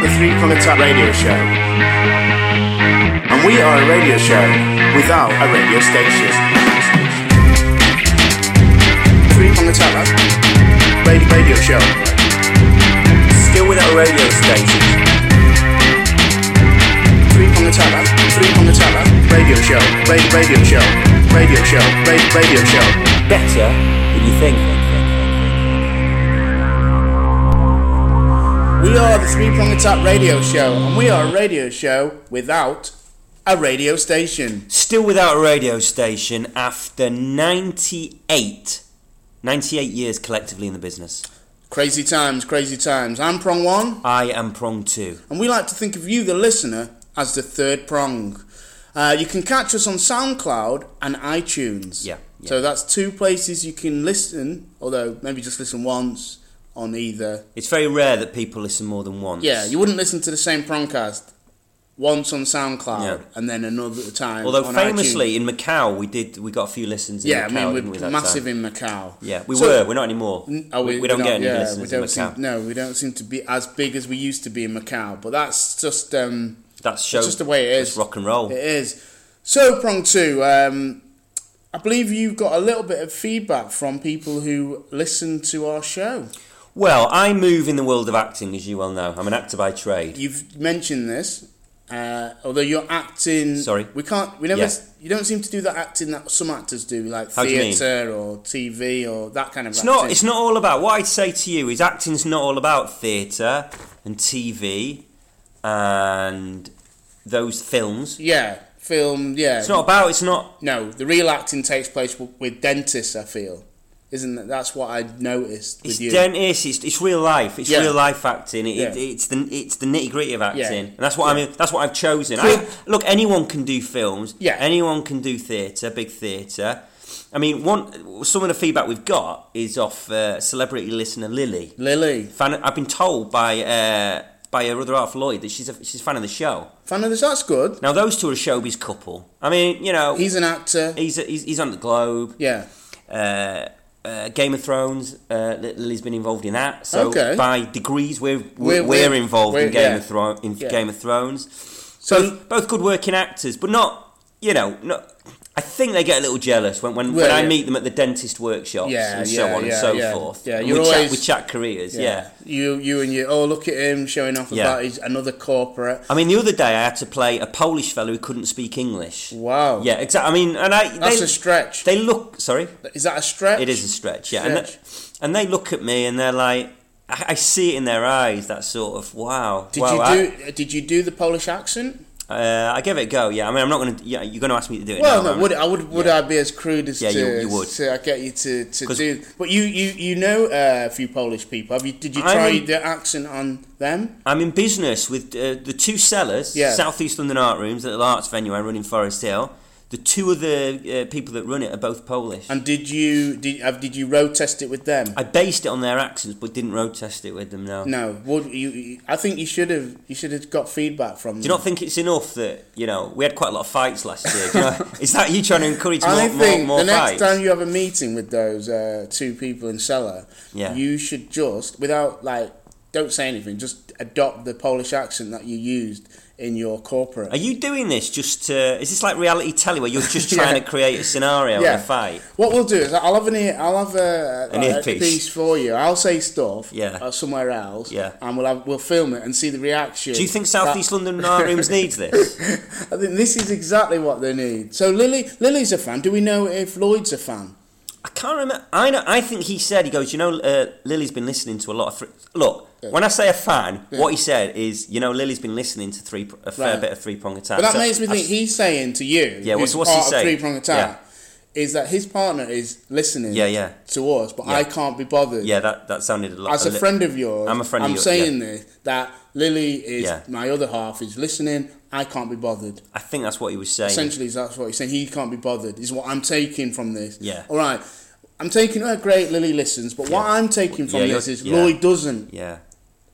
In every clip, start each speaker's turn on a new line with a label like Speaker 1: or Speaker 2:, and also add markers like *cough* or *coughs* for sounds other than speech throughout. Speaker 1: Habitat Radio Show. And we are a radio show without a radio station. Three on the tower. Radio, radio show. Still without a radio station. Three on the tower. Three on the tower. Radio show. Radio, radio show. Radio show. Radio, radio show. Better than you think. We are the Three Prong Attack Radio Show, and we are a radio show without a radio station.
Speaker 2: Still without a radio station after 98, 98 years collectively in the business.
Speaker 1: Crazy times, crazy times. I'm Prong One,
Speaker 2: I am prong two.
Speaker 1: and we like to think of you, the listener, as the third prong. Uh, you can catch us on SoundCloud and iTunes.
Speaker 2: Yeah, yeah.
Speaker 1: So that's two places you can listen, although maybe just listen once on either.
Speaker 2: It's very rare that people listen more than once.
Speaker 1: Yeah, you wouldn't listen to the same prongcast once on SoundCloud
Speaker 2: Yeah.
Speaker 1: and then another time.
Speaker 2: Although
Speaker 1: on iTunes.
Speaker 2: famously in Macau we did we got a few listens in
Speaker 1: Yeah, I
Speaker 2: Macau, didn't
Speaker 1: mean,
Speaker 2: we,
Speaker 1: we're
Speaker 2: that
Speaker 1: massive
Speaker 2: time?
Speaker 1: in Macau.
Speaker 2: Yeah, we
Speaker 1: So-
Speaker 2: were. We're not anymore.
Speaker 1: N- oh,
Speaker 2: uh, we, we don't
Speaker 1: we're
Speaker 2: get
Speaker 1: not-
Speaker 2: any
Speaker 1: yeah,
Speaker 2: listeners
Speaker 1: we don't
Speaker 2: in Macau.
Speaker 1: Seem, no, we don't seem to be as big as we used to be in Macau, but that's just um,
Speaker 2: That's show.
Speaker 1: that's just the way it
Speaker 2: It's
Speaker 1: is.
Speaker 2: rock and roll.
Speaker 1: It is. So, prong two, um, I believe you've got a little bit of feedback from people who listen to our show.
Speaker 2: Well, I move in the world of acting, as you well know. I'm an actor by trade.
Speaker 1: You've mentioned this, uh, although you're acting.
Speaker 2: Sorry.
Speaker 1: we can't. We never.
Speaker 2: Yeah.
Speaker 1: You don't seem to do that acting that some actors do, like
Speaker 2: How do you mean?
Speaker 1: theatre or TV or that kind of.
Speaker 2: It's
Speaker 1: acting.
Speaker 2: not. It's not all about. What I'd say to you is acting's not all about theatre and TV and those films.
Speaker 1: Yeah, film. Yeah,
Speaker 2: It's not about. It's not.
Speaker 1: No, the real acting takes place w- with dentists. I feel, isn't that? That's what I noticed with
Speaker 2: It's
Speaker 1: you.
Speaker 2: dentist. It's, it's real life. It's
Speaker 1: Yeah.
Speaker 2: real life acting. It, it,
Speaker 1: Yeah.
Speaker 2: it's the it's the nitty gritty of acting,
Speaker 1: Yeah.
Speaker 2: and that's what I mean. That's what I've chosen.
Speaker 1: Cool.
Speaker 2: I, look, anyone can do films.
Speaker 1: Yeah.
Speaker 2: anyone can do theatre, big theatre. I mean, one some of the feedback we've got is off uh, celebrity listener Lily.
Speaker 1: Lily,
Speaker 2: Fan, I've been told by uh, by her other half, Lloyd, that she's a, she's a fan of the show.
Speaker 1: fan of this. That's good.
Speaker 2: Now those two are a showbiz couple. I mean, you know,
Speaker 1: He's an actor.
Speaker 2: he's he's, he's on the Globe,
Speaker 1: Yeah,
Speaker 2: uh, uh, Game of Thrones. Uh, Li- Lily's been involved in that, so
Speaker 1: Okay.
Speaker 2: by degrees we're
Speaker 1: We're-
Speaker 2: we're,
Speaker 1: we're-
Speaker 2: we're involved
Speaker 1: we're-
Speaker 2: in Game
Speaker 1: yeah.
Speaker 2: of Thrones. In
Speaker 1: Yeah.
Speaker 2: Game of Thrones,
Speaker 1: so
Speaker 2: both good working actors, but not you know not. I think they get a little jealous when when, when
Speaker 1: Well,
Speaker 2: I
Speaker 1: yeah.
Speaker 2: meet them at the dentist workshops
Speaker 1: Yeah,
Speaker 2: and so
Speaker 1: yeah,
Speaker 2: on and
Speaker 1: yeah,
Speaker 2: so
Speaker 1: yeah.
Speaker 2: forth.
Speaker 1: Yeah,
Speaker 2: And
Speaker 1: you're
Speaker 2: we,
Speaker 1: always-
Speaker 2: chat, we chat careers. yeah.
Speaker 1: you, you and you. Oh, look at him showing off
Speaker 2: Yeah.
Speaker 1: about his another corporate.
Speaker 2: I mean, the other day I had to play a Polish fellow who couldn't speak English.
Speaker 1: Wow.
Speaker 2: Yeah, exactly. I mean, and I
Speaker 1: that's
Speaker 2: they,
Speaker 1: a stretch.
Speaker 2: they look. Sorry,
Speaker 1: is that a stretch?
Speaker 2: it is a stretch. Yeah, and, they, and they look at me and they're like, I, I see it in their eyes. That sort of wow.
Speaker 1: Did
Speaker 2: wow,
Speaker 1: you do? Did you do the Polish accent?
Speaker 2: I, uh, I give it a go. Yeah, I mean, I'm not going to. Yeah, you're going to ask me to do it.
Speaker 1: Well, no,
Speaker 2: now, aren't
Speaker 1: would
Speaker 2: you?
Speaker 1: I would would I be as crude as
Speaker 2: Yeah,
Speaker 1: to,
Speaker 2: you- you would.
Speaker 1: to I get you to, to
Speaker 2: 'Cause-
Speaker 1: do? But you you you know uh, a few Polish people. Have you did you
Speaker 2: I'm
Speaker 1: try
Speaker 2: in-
Speaker 1: the accent on them?
Speaker 2: I'm in business with uh, the two sellers,
Speaker 1: Yeah.
Speaker 2: Southeast London Art Rooms, the little arts venue I run in Forest Hill. The two of the uh, people that run it are both Polish.
Speaker 1: And did you did have did you road test it with them?
Speaker 2: I based it on their accents, but didn't road test it with them. No.
Speaker 1: no, would you- you? I think you should have you should have got feedback from.
Speaker 2: Do you not think it's enough that you know we had quite a lot of fights last year? Do you
Speaker 1: *laughs*
Speaker 2: know, is that you trying to encourage more,
Speaker 1: I think
Speaker 2: more, more
Speaker 1: the
Speaker 2: fights?
Speaker 1: next time you have a meeting with those uh, two people in cellar,
Speaker 2: Yeah.
Speaker 1: you should just without like don't say anything, just adopt the Polish accent that you used in your corporate.
Speaker 2: Are you doing this just to? Is this like reality telly where you're just trying
Speaker 1: *laughs* Yeah.
Speaker 2: to create a scenario
Speaker 1: Yeah.
Speaker 2: and a fight?
Speaker 1: What we'll do is I'll have an ear, I'll have a,
Speaker 2: An
Speaker 1: like,
Speaker 2: earpiece.
Speaker 1: a piece for you. I'll say stuff
Speaker 2: Yeah.
Speaker 1: uh, somewhere else.
Speaker 2: Yeah.
Speaker 1: And we'll have, we'll film it and see the reaction.
Speaker 2: Do you think Southeast London
Speaker 1: Uh,
Speaker 2: art rooms needs this?
Speaker 1: That- *laughs* I think this is exactly what they need. So Lily Lily's a fan. Do we know if Lloyd's a fan?
Speaker 2: I can't remember. I know. I think he said he goes. You know, uh, Lily's been listening to a lot of. Three, look,
Speaker 1: Yeah.
Speaker 2: when I say a fan,
Speaker 1: Yeah.
Speaker 2: what he said is, you know, Lily's been listening to three a fair
Speaker 1: Right.
Speaker 2: bit of three prong attack.
Speaker 1: But that
Speaker 2: So
Speaker 1: makes me
Speaker 2: I-
Speaker 1: think he's saying to you,
Speaker 2: Yeah, what's-
Speaker 1: who's
Speaker 2: what's he
Speaker 1: part of
Speaker 2: saying?
Speaker 1: Three Prong Attack, is that his partner is listening
Speaker 2: Yeah, yeah,
Speaker 1: to us, but
Speaker 2: Yeah.
Speaker 1: I can't be bothered.
Speaker 2: yeah. That that sounded a lot.
Speaker 1: As a
Speaker 2: li-
Speaker 1: friend of yours,
Speaker 2: I'm a friend of yours,
Speaker 1: saying this that Lily is
Speaker 2: Yeah.
Speaker 1: my other half is listening. I can't be bothered.
Speaker 2: I think that's what he was saying.
Speaker 1: Essentially, that's what he's saying. He can't be bothered. Is what I'm taking from this.
Speaker 2: Yeah.
Speaker 1: All right. I'm taking. Oh, great. Lily listens, but what
Speaker 2: Yeah.
Speaker 1: I'm taking from
Speaker 2: Yeah,
Speaker 1: this
Speaker 2: you're-
Speaker 1: is
Speaker 2: yeah.
Speaker 1: Lloyd doesn't.
Speaker 2: Yeah.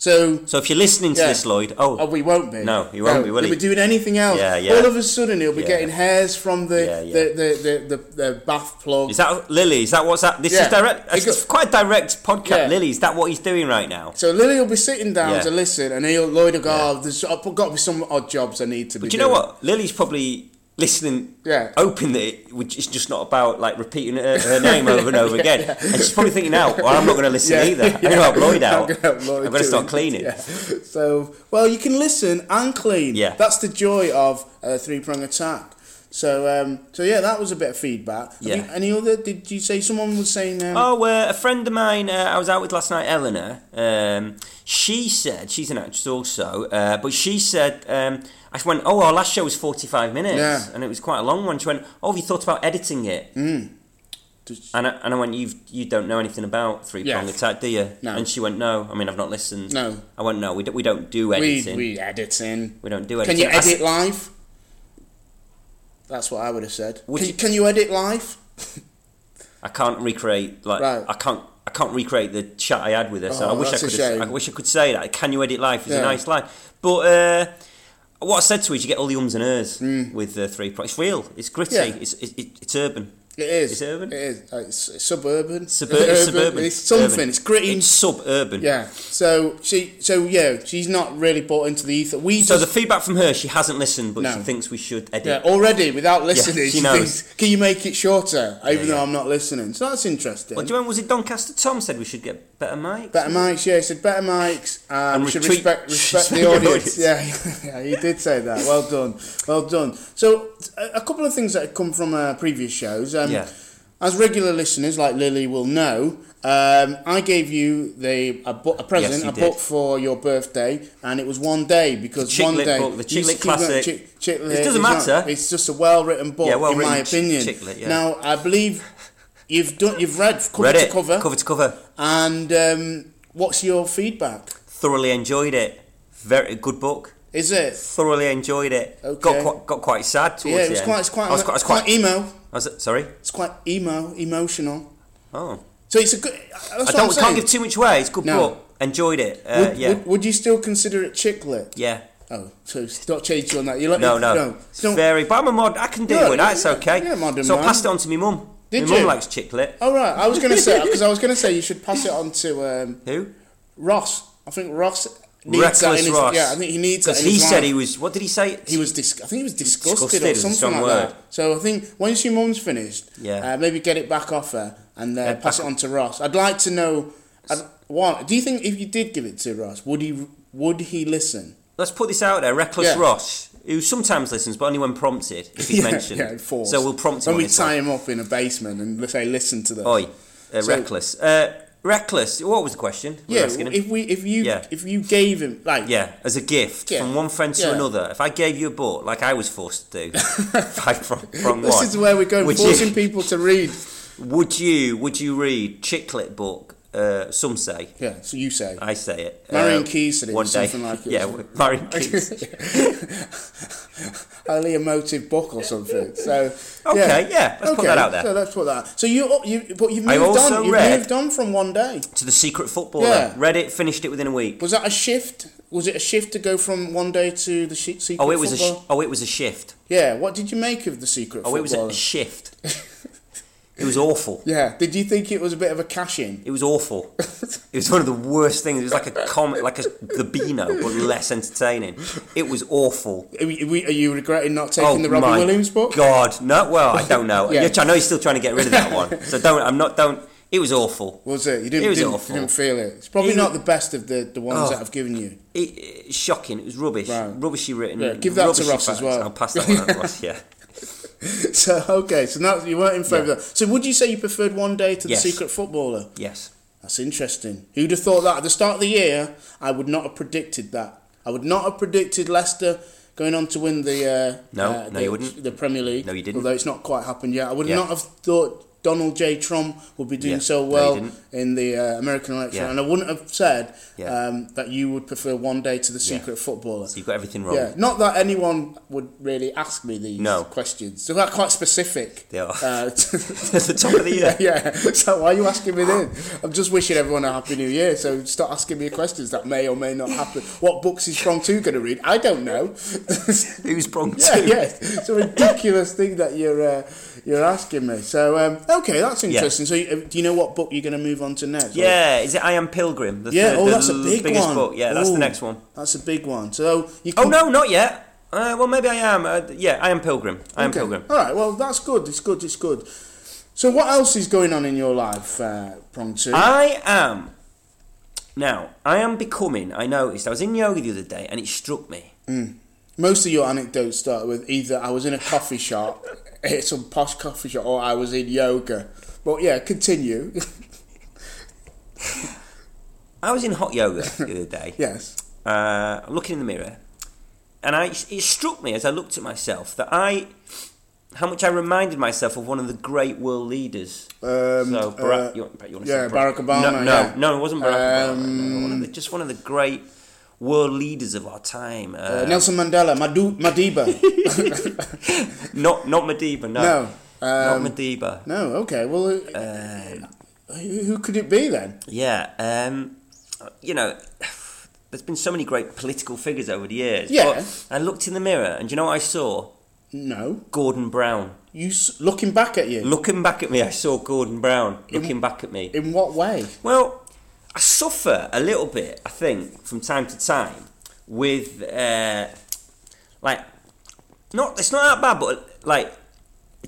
Speaker 1: So
Speaker 2: So if you're listening to
Speaker 1: Yeah.
Speaker 2: this, Lloyd, oh,
Speaker 1: Oh, we won't be.
Speaker 2: No, he won't be, will
Speaker 1: he'll
Speaker 2: he?
Speaker 1: be doing anything else.
Speaker 2: Yeah, yeah.
Speaker 1: All of a sudden, he'll be
Speaker 2: Yeah.
Speaker 1: getting hairs from the,
Speaker 2: Yeah, yeah.
Speaker 1: The, the, the, the, the bath plug.
Speaker 2: is that Lily? Is that what's that? This
Speaker 1: Yeah.
Speaker 2: is direct.
Speaker 1: It
Speaker 2: It's
Speaker 1: go-
Speaker 2: quite a direct podcast.
Speaker 1: Yeah.
Speaker 2: Lily, is that what he's doing right now?
Speaker 1: so Lily will be sitting down
Speaker 2: Yeah.
Speaker 1: to listen, and he'll Lloyd will go, oh, "There's got to be some odd jobs I need to be."
Speaker 2: Do you know
Speaker 1: doing."
Speaker 2: what? Lily's probably listening,
Speaker 1: Yeah.
Speaker 2: hoping that it, which is just not about like repeating her,
Speaker 1: *laughs*
Speaker 2: her name over and over again. And she's probably thinking, "Now, well, I'm not going to listen
Speaker 1: Yeah,
Speaker 2: either. I'm
Speaker 1: yeah.
Speaker 2: going to help
Speaker 1: *laughs*
Speaker 2: Lloyd
Speaker 1: I'm
Speaker 2: out.
Speaker 1: gonna help Lloyd
Speaker 2: I'm going to
Speaker 1: do
Speaker 2: start
Speaker 1: it."
Speaker 2: cleaning."
Speaker 1: Yeah. So, well, you can listen and clean.
Speaker 2: Yeah.
Speaker 1: That's the joy of a three prong attack. So, um, so yeah, that was a bit of feedback. Have
Speaker 2: Yeah.
Speaker 1: you- any other? Did you say someone was saying? Um,
Speaker 2: Oh, uh, a friend of mine uh, I was out with last night, Eleanor. Um, she said she's an actress also, uh, but she said um, I went, "Oh, our last show was forty-five minutes,
Speaker 1: Yeah. Hmm.
Speaker 2: and it was quite a long one." She went, "Oh, have you thought about editing it?"
Speaker 1: Does-
Speaker 2: And I, and I went, "You you don't know anything about three prong
Speaker 1: Yeah.
Speaker 2: attack, do you?"
Speaker 1: No.
Speaker 2: And she went, "No, I mean I've not listened."
Speaker 1: No.
Speaker 2: I went, "No, we don't, we don't do
Speaker 1: we
Speaker 2: editing. We,
Speaker 1: we editing.
Speaker 2: don't do
Speaker 1: Can
Speaker 2: editing."
Speaker 1: you
Speaker 2: I said-
Speaker 1: edit live? That's what I would have said.
Speaker 2: Would
Speaker 1: Can
Speaker 2: you-
Speaker 1: you, can you edit live?
Speaker 2: I can't recreate like
Speaker 1: Right.
Speaker 2: I can't I can't recreate the chat I had with her. So
Speaker 1: Oh,
Speaker 2: I wish I
Speaker 1: that's a
Speaker 2: could. have-
Speaker 1: shame.
Speaker 2: I wish I could say that. Can you edit life? Is
Speaker 1: Yeah.
Speaker 2: a nice life, but uh, what I said to her is you get all the ums and ers with the three. Pro- it's real. It's gritty.
Speaker 1: Hmm. Yeah.
Speaker 2: It's it, it, it's urban.
Speaker 1: *laughs* It is.
Speaker 2: It's urban?
Speaker 1: It is. Uh, It's, it's suburban.
Speaker 2: Suburban.
Speaker 1: Urban.
Speaker 2: It's suburban.
Speaker 1: It's something.
Speaker 2: Urban.
Speaker 1: It's gritty.
Speaker 2: It's suburban.
Speaker 1: yeah. So she. So yeah. She's not really bought into the ether. We
Speaker 2: So
Speaker 1: just
Speaker 2: the feedback from her, she hasn't listened, but
Speaker 1: No.
Speaker 2: she thinks we should edit.
Speaker 1: Yeah, already without listening,
Speaker 2: she
Speaker 1: she,
Speaker 2: knows.
Speaker 1: thinks, "Can you make it shorter?" Even
Speaker 2: yeah.
Speaker 1: though I'm not listening, so that's interesting.
Speaker 2: What do you remember? Was it Doncaster Tom said we should get better mics?
Speaker 1: better mics, yeah. He said better mics, and,
Speaker 2: And
Speaker 1: we should
Speaker 2: retreat- *laughs*
Speaker 1: respect respect the audience. Yeah, *laughs* yeah, he did say that. Well done, well done. So a, a couple of things that have come from uh, previous shows. Um,
Speaker 2: Yeah.
Speaker 1: As regular listeners like Lily will know, um, I gave you the a, bu- a present,
Speaker 2: you
Speaker 1: a
Speaker 2: did.
Speaker 1: book for your birthday, and it was one day because
Speaker 2: The
Speaker 1: one
Speaker 2: Chicklet
Speaker 1: day
Speaker 2: book, the
Speaker 1: you
Speaker 2: Chicklet
Speaker 1: keep going,
Speaker 2: classic.
Speaker 1: Chick- Chicklet
Speaker 2: It doesn't
Speaker 1: is not-
Speaker 2: matter.
Speaker 1: it's just a well-written book,
Speaker 2: Yeah, well
Speaker 1: in my
Speaker 2: written Chick-
Speaker 1: opinion.
Speaker 2: Chicklet, yeah.
Speaker 1: Now I believe you've done, you've read cover
Speaker 2: Read
Speaker 1: to
Speaker 2: it.
Speaker 1: cover,
Speaker 2: Cover to cover.
Speaker 1: and um, what's your feedback?
Speaker 2: Thoroughly enjoyed it. Very good book.
Speaker 1: Is it?
Speaker 2: Thoroughly enjoyed it.
Speaker 1: Okay.
Speaker 2: Got quite, got quite sad towards
Speaker 1: yeah,
Speaker 2: the
Speaker 1: it was
Speaker 2: end.
Speaker 1: quite, it's quite,
Speaker 2: I was quite, I was
Speaker 1: it's quite,
Speaker 2: quite,
Speaker 1: emo.
Speaker 2: I was, sorry.
Speaker 1: It's quite emo, emotional.
Speaker 2: Oh,
Speaker 1: So it's a good. That's
Speaker 2: I
Speaker 1: what
Speaker 2: don't.
Speaker 1: I'm
Speaker 2: we
Speaker 1: saying.
Speaker 2: Can't give too much away. It's good
Speaker 1: No.
Speaker 2: book. Enjoyed it. Uh,
Speaker 1: would,
Speaker 2: yeah,
Speaker 1: would, would you still consider it chicklet?
Speaker 2: yeah.
Speaker 1: Oh, so don't change on that. You let
Speaker 2: No,
Speaker 1: me,
Speaker 2: no.
Speaker 1: no.
Speaker 2: It's
Speaker 1: Don't-
Speaker 2: very. But I'm a mod. I can deal
Speaker 1: Yeah,
Speaker 2: with that. It's
Speaker 1: yeah,
Speaker 2: okay.
Speaker 1: yeah, modern
Speaker 2: so I
Speaker 1: man.
Speaker 2: passed it on to my mum.
Speaker 1: Did
Speaker 2: my
Speaker 1: you?
Speaker 2: mum likes chicklet.
Speaker 1: All right, I was going to
Speaker 2: *laughs*
Speaker 1: say because I was going to say you should pass it on to um,
Speaker 2: Who?
Speaker 1: Ross. I think Ross needs that in
Speaker 2: Reckless
Speaker 1: his,
Speaker 2: Ross.
Speaker 1: Yeah, I think he needs that.
Speaker 2: Because
Speaker 1: In
Speaker 2: he
Speaker 1: his
Speaker 2: said
Speaker 1: life.
Speaker 2: he was. What did he say?
Speaker 1: he was dis- I think he was disgusted,
Speaker 2: Disgusted
Speaker 1: or
Speaker 2: is
Speaker 1: something
Speaker 2: some
Speaker 1: like
Speaker 2: word.
Speaker 1: that. So I think once your mum's finished,
Speaker 2: Yeah.
Speaker 1: uh, maybe get it back off her and uh,
Speaker 2: Yeah,
Speaker 1: pass it
Speaker 2: back-
Speaker 1: on to Ross. I'd like to know. I'd, one, do you think if you did give it to Ross, would he would he listen?
Speaker 2: Let's put this out there. Reckless
Speaker 1: Yeah.
Speaker 2: Ross, who sometimes listens, but only when prompted, if he's
Speaker 1: *laughs* yeah,
Speaker 2: mentioned.
Speaker 1: yeah, forced.
Speaker 2: So we'll prompt him.
Speaker 1: When
Speaker 2: on
Speaker 1: we
Speaker 2: this
Speaker 1: tie him up in a basement and say, "Listen to this."
Speaker 2: one. Oi, uh,
Speaker 1: So-
Speaker 2: reckless. Uh, reckless. What was the question? we were
Speaker 1: yeah.
Speaker 2: asking him?
Speaker 1: If we if you
Speaker 2: Yeah.
Speaker 1: if you gave him like
Speaker 2: Yeah, as a gift
Speaker 1: Yeah.
Speaker 2: from one friend to
Speaker 1: Yeah.
Speaker 2: another. If I gave you a book, like I was forced
Speaker 1: *laughs*
Speaker 2: to do, five from, from
Speaker 1: this
Speaker 2: one.
Speaker 1: is where we're going,
Speaker 2: Would
Speaker 1: forcing
Speaker 2: you,
Speaker 1: people to read.
Speaker 2: would you would you read chicklet book? Uh, some say.
Speaker 1: Yeah. So you say. *laughs*
Speaker 2: I say it.
Speaker 1: Marion
Speaker 2: Uh,
Speaker 1: Keyes said it,
Speaker 2: one day.
Speaker 1: something like it.
Speaker 2: Yeah, w- *laughs*
Speaker 1: *laughs*
Speaker 2: Marion Keyes.
Speaker 1: highly emotive book or something. So
Speaker 2: *laughs* Okay, yeah, let's put that out there.
Speaker 1: So let's put that. So you, you but you've
Speaker 2: I
Speaker 1: moved
Speaker 2: also
Speaker 1: on. You
Speaker 2: read-
Speaker 1: have moved on from one day.
Speaker 2: to the secret footballer.
Speaker 1: Yeah.
Speaker 2: Read it, finished it within a week.
Speaker 1: Was that a shift? Was it a shift to go from one day to the se- secret?
Speaker 2: Oh, it was a
Speaker 1: football?
Speaker 2: sh- oh, it was a shift.
Speaker 1: yeah. What did you make of the secret?
Speaker 2: Oh, it was
Speaker 1: footballer?
Speaker 2: a shift. it was awful.
Speaker 1: *laughs* yeah. Did you think it was a bit of a cash in? *laughs*
Speaker 2: It was awful. It was one of the worst things. It was like a comic, like a the Beano, but less entertaining. It was awful.
Speaker 1: Are, we- are we- are you regretting not taking the Robbie
Speaker 2: Oh my
Speaker 1: Williams book?
Speaker 2: God, no. Well, I don't know.
Speaker 1: *laughs* Yeah.
Speaker 2: You're try- I know you're still trying to get rid of that one. So don't. I'm not. Don't. It was awful.
Speaker 1: Was it? You didn't.
Speaker 2: It was
Speaker 1: didn't,
Speaker 2: awful.
Speaker 1: didn't feel it. It's probably
Speaker 2: It-
Speaker 1: not the best of the, the ones
Speaker 2: Oh.
Speaker 1: that I've given you. *laughs*
Speaker 2: It, it's shocking. It was rubbish.
Speaker 1: Right.
Speaker 2: Rubbishly written.
Speaker 1: Yeah, give that to
Speaker 2: rubbishy
Speaker 1: Ross as
Speaker 2: facts.
Speaker 1: well.
Speaker 2: I'll pass that one on to
Speaker 1: *laughs*
Speaker 2: Ross. Yeah.
Speaker 1: So okay. So now you weren't in favour.
Speaker 2: Yeah.
Speaker 1: of that. So would you say you preferred one day to
Speaker 2: Yes.
Speaker 1: the secret footballer?
Speaker 2: Yes.
Speaker 1: That's interesting. Who'd have thought that at the start of the year? I would not have predicted that. I would not have predicted Leicester going on to win the uh,
Speaker 2: No,
Speaker 1: uh,
Speaker 2: no,
Speaker 1: the,
Speaker 2: you wouldn't.
Speaker 1: the Premier League.
Speaker 2: No, you didn't.
Speaker 1: Although it's not quite happened yet, I would
Speaker 2: Yeah.
Speaker 1: not have thought Donald J. Trump would be doing
Speaker 2: Yeah,
Speaker 1: so
Speaker 2: no, he
Speaker 1: well
Speaker 2: didn't.
Speaker 1: in the uh, American election.
Speaker 2: Yeah.
Speaker 1: And I wouldn't have said
Speaker 2: Yeah.
Speaker 1: um, that you would prefer one day to the secret footballer.
Speaker 2: So you've got everything wrong.
Speaker 1: Yeah, not that anyone would really ask me these
Speaker 2: No.
Speaker 1: questions. So they're quite specific.
Speaker 2: They are.
Speaker 1: Uh, *laughs*
Speaker 2: *laughs* At the top of the year.
Speaker 1: yeah. So why are you asking me then? I'm just wishing everyone a happy new year. So stop asking me questions that may or may not happen. What books is Prong Two going to read? I don't know. *laughs*
Speaker 2: Who's prong
Speaker 1: yeah,
Speaker 2: two?
Speaker 1: yeah. It's a ridiculous thing that you're uh, you're asking me. So um, okay, that's interesting. So uh, do you know what book you're going to move on to next?
Speaker 2: Yeah, is it I Am Pilgrim? The
Speaker 1: Yeah,
Speaker 2: third-
Speaker 1: oh,
Speaker 2: the
Speaker 1: that's a
Speaker 2: l-
Speaker 1: big
Speaker 2: biggest
Speaker 1: one.
Speaker 2: book. Yeah, that's
Speaker 1: Ooh.
Speaker 2: the next one.
Speaker 1: That's a big one. So you can
Speaker 2: Oh no, not yet. Uh, well, maybe I am. Uh, yeah, I am Pilgrim. I am
Speaker 1: Okay.
Speaker 2: Pilgrim.
Speaker 1: All right. Well, that's good. It's good. It's good. So, what else is going on in your life, uh, Prong Two?
Speaker 2: I am. Now, I am becoming. I noticed. I was in yoga the other day and it struck me.
Speaker 1: Most of your anecdotes start with either I was in a coffee shop, *laughs* eh, some posh coffee shop, or I was in yoga. But yeah, continue. *laughs*
Speaker 2: I was in hot yoga *laughs* the other day.
Speaker 1: yes.
Speaker 2: Uh, I'm looking in the mirror and I, it struck me as I looked at myself that I. How much I reminded myself of one of the great world leaders.
Speaker 1: Um,
Speaker 2: so
Speaker 1: uh,
Speaker 2: Barack, you, want- you want to
Speaker 1: yeah,
Speaker 2: say
Speaker 1: Barack Obama.
Speaker 2: No, no,
Speaker 1: yeah.
Speaker 2: no, it wasn't Barack Obama. No,
Speaker 1: Um,
Speaker 2: one of the, just one of the great world leaders of our time. Uh,
Speaker 1: Uh, Nelson Mandela, Madu-
Speaker 2: *laughs*
Speaker 1: Madiba.
Speaker 2: not not Madiba. No,
Speaker 1: no. Um,
Speaker 2: not Madiba.
Speaker 1: no. Okay. Well, uh, who who could it be then?
Speaker 2: Yeah, um, you know, there's been so many great political figures over the years.
Speaker 1: Yeah.
Speaker 2: but I looked in the mirror, and do you know what I saw?
Speaker 1: No.
Speaker 2: Gordon Brown.
Speaker 1: You s- looking back at you.
Speaker 2: Looking back at me, I saw Gordon Brown looking back at me.
Speaker 1: In what way?
Speaker 2: Well, I suffer a little bit, I think, from time to time with uh, like not it's not that bad, but like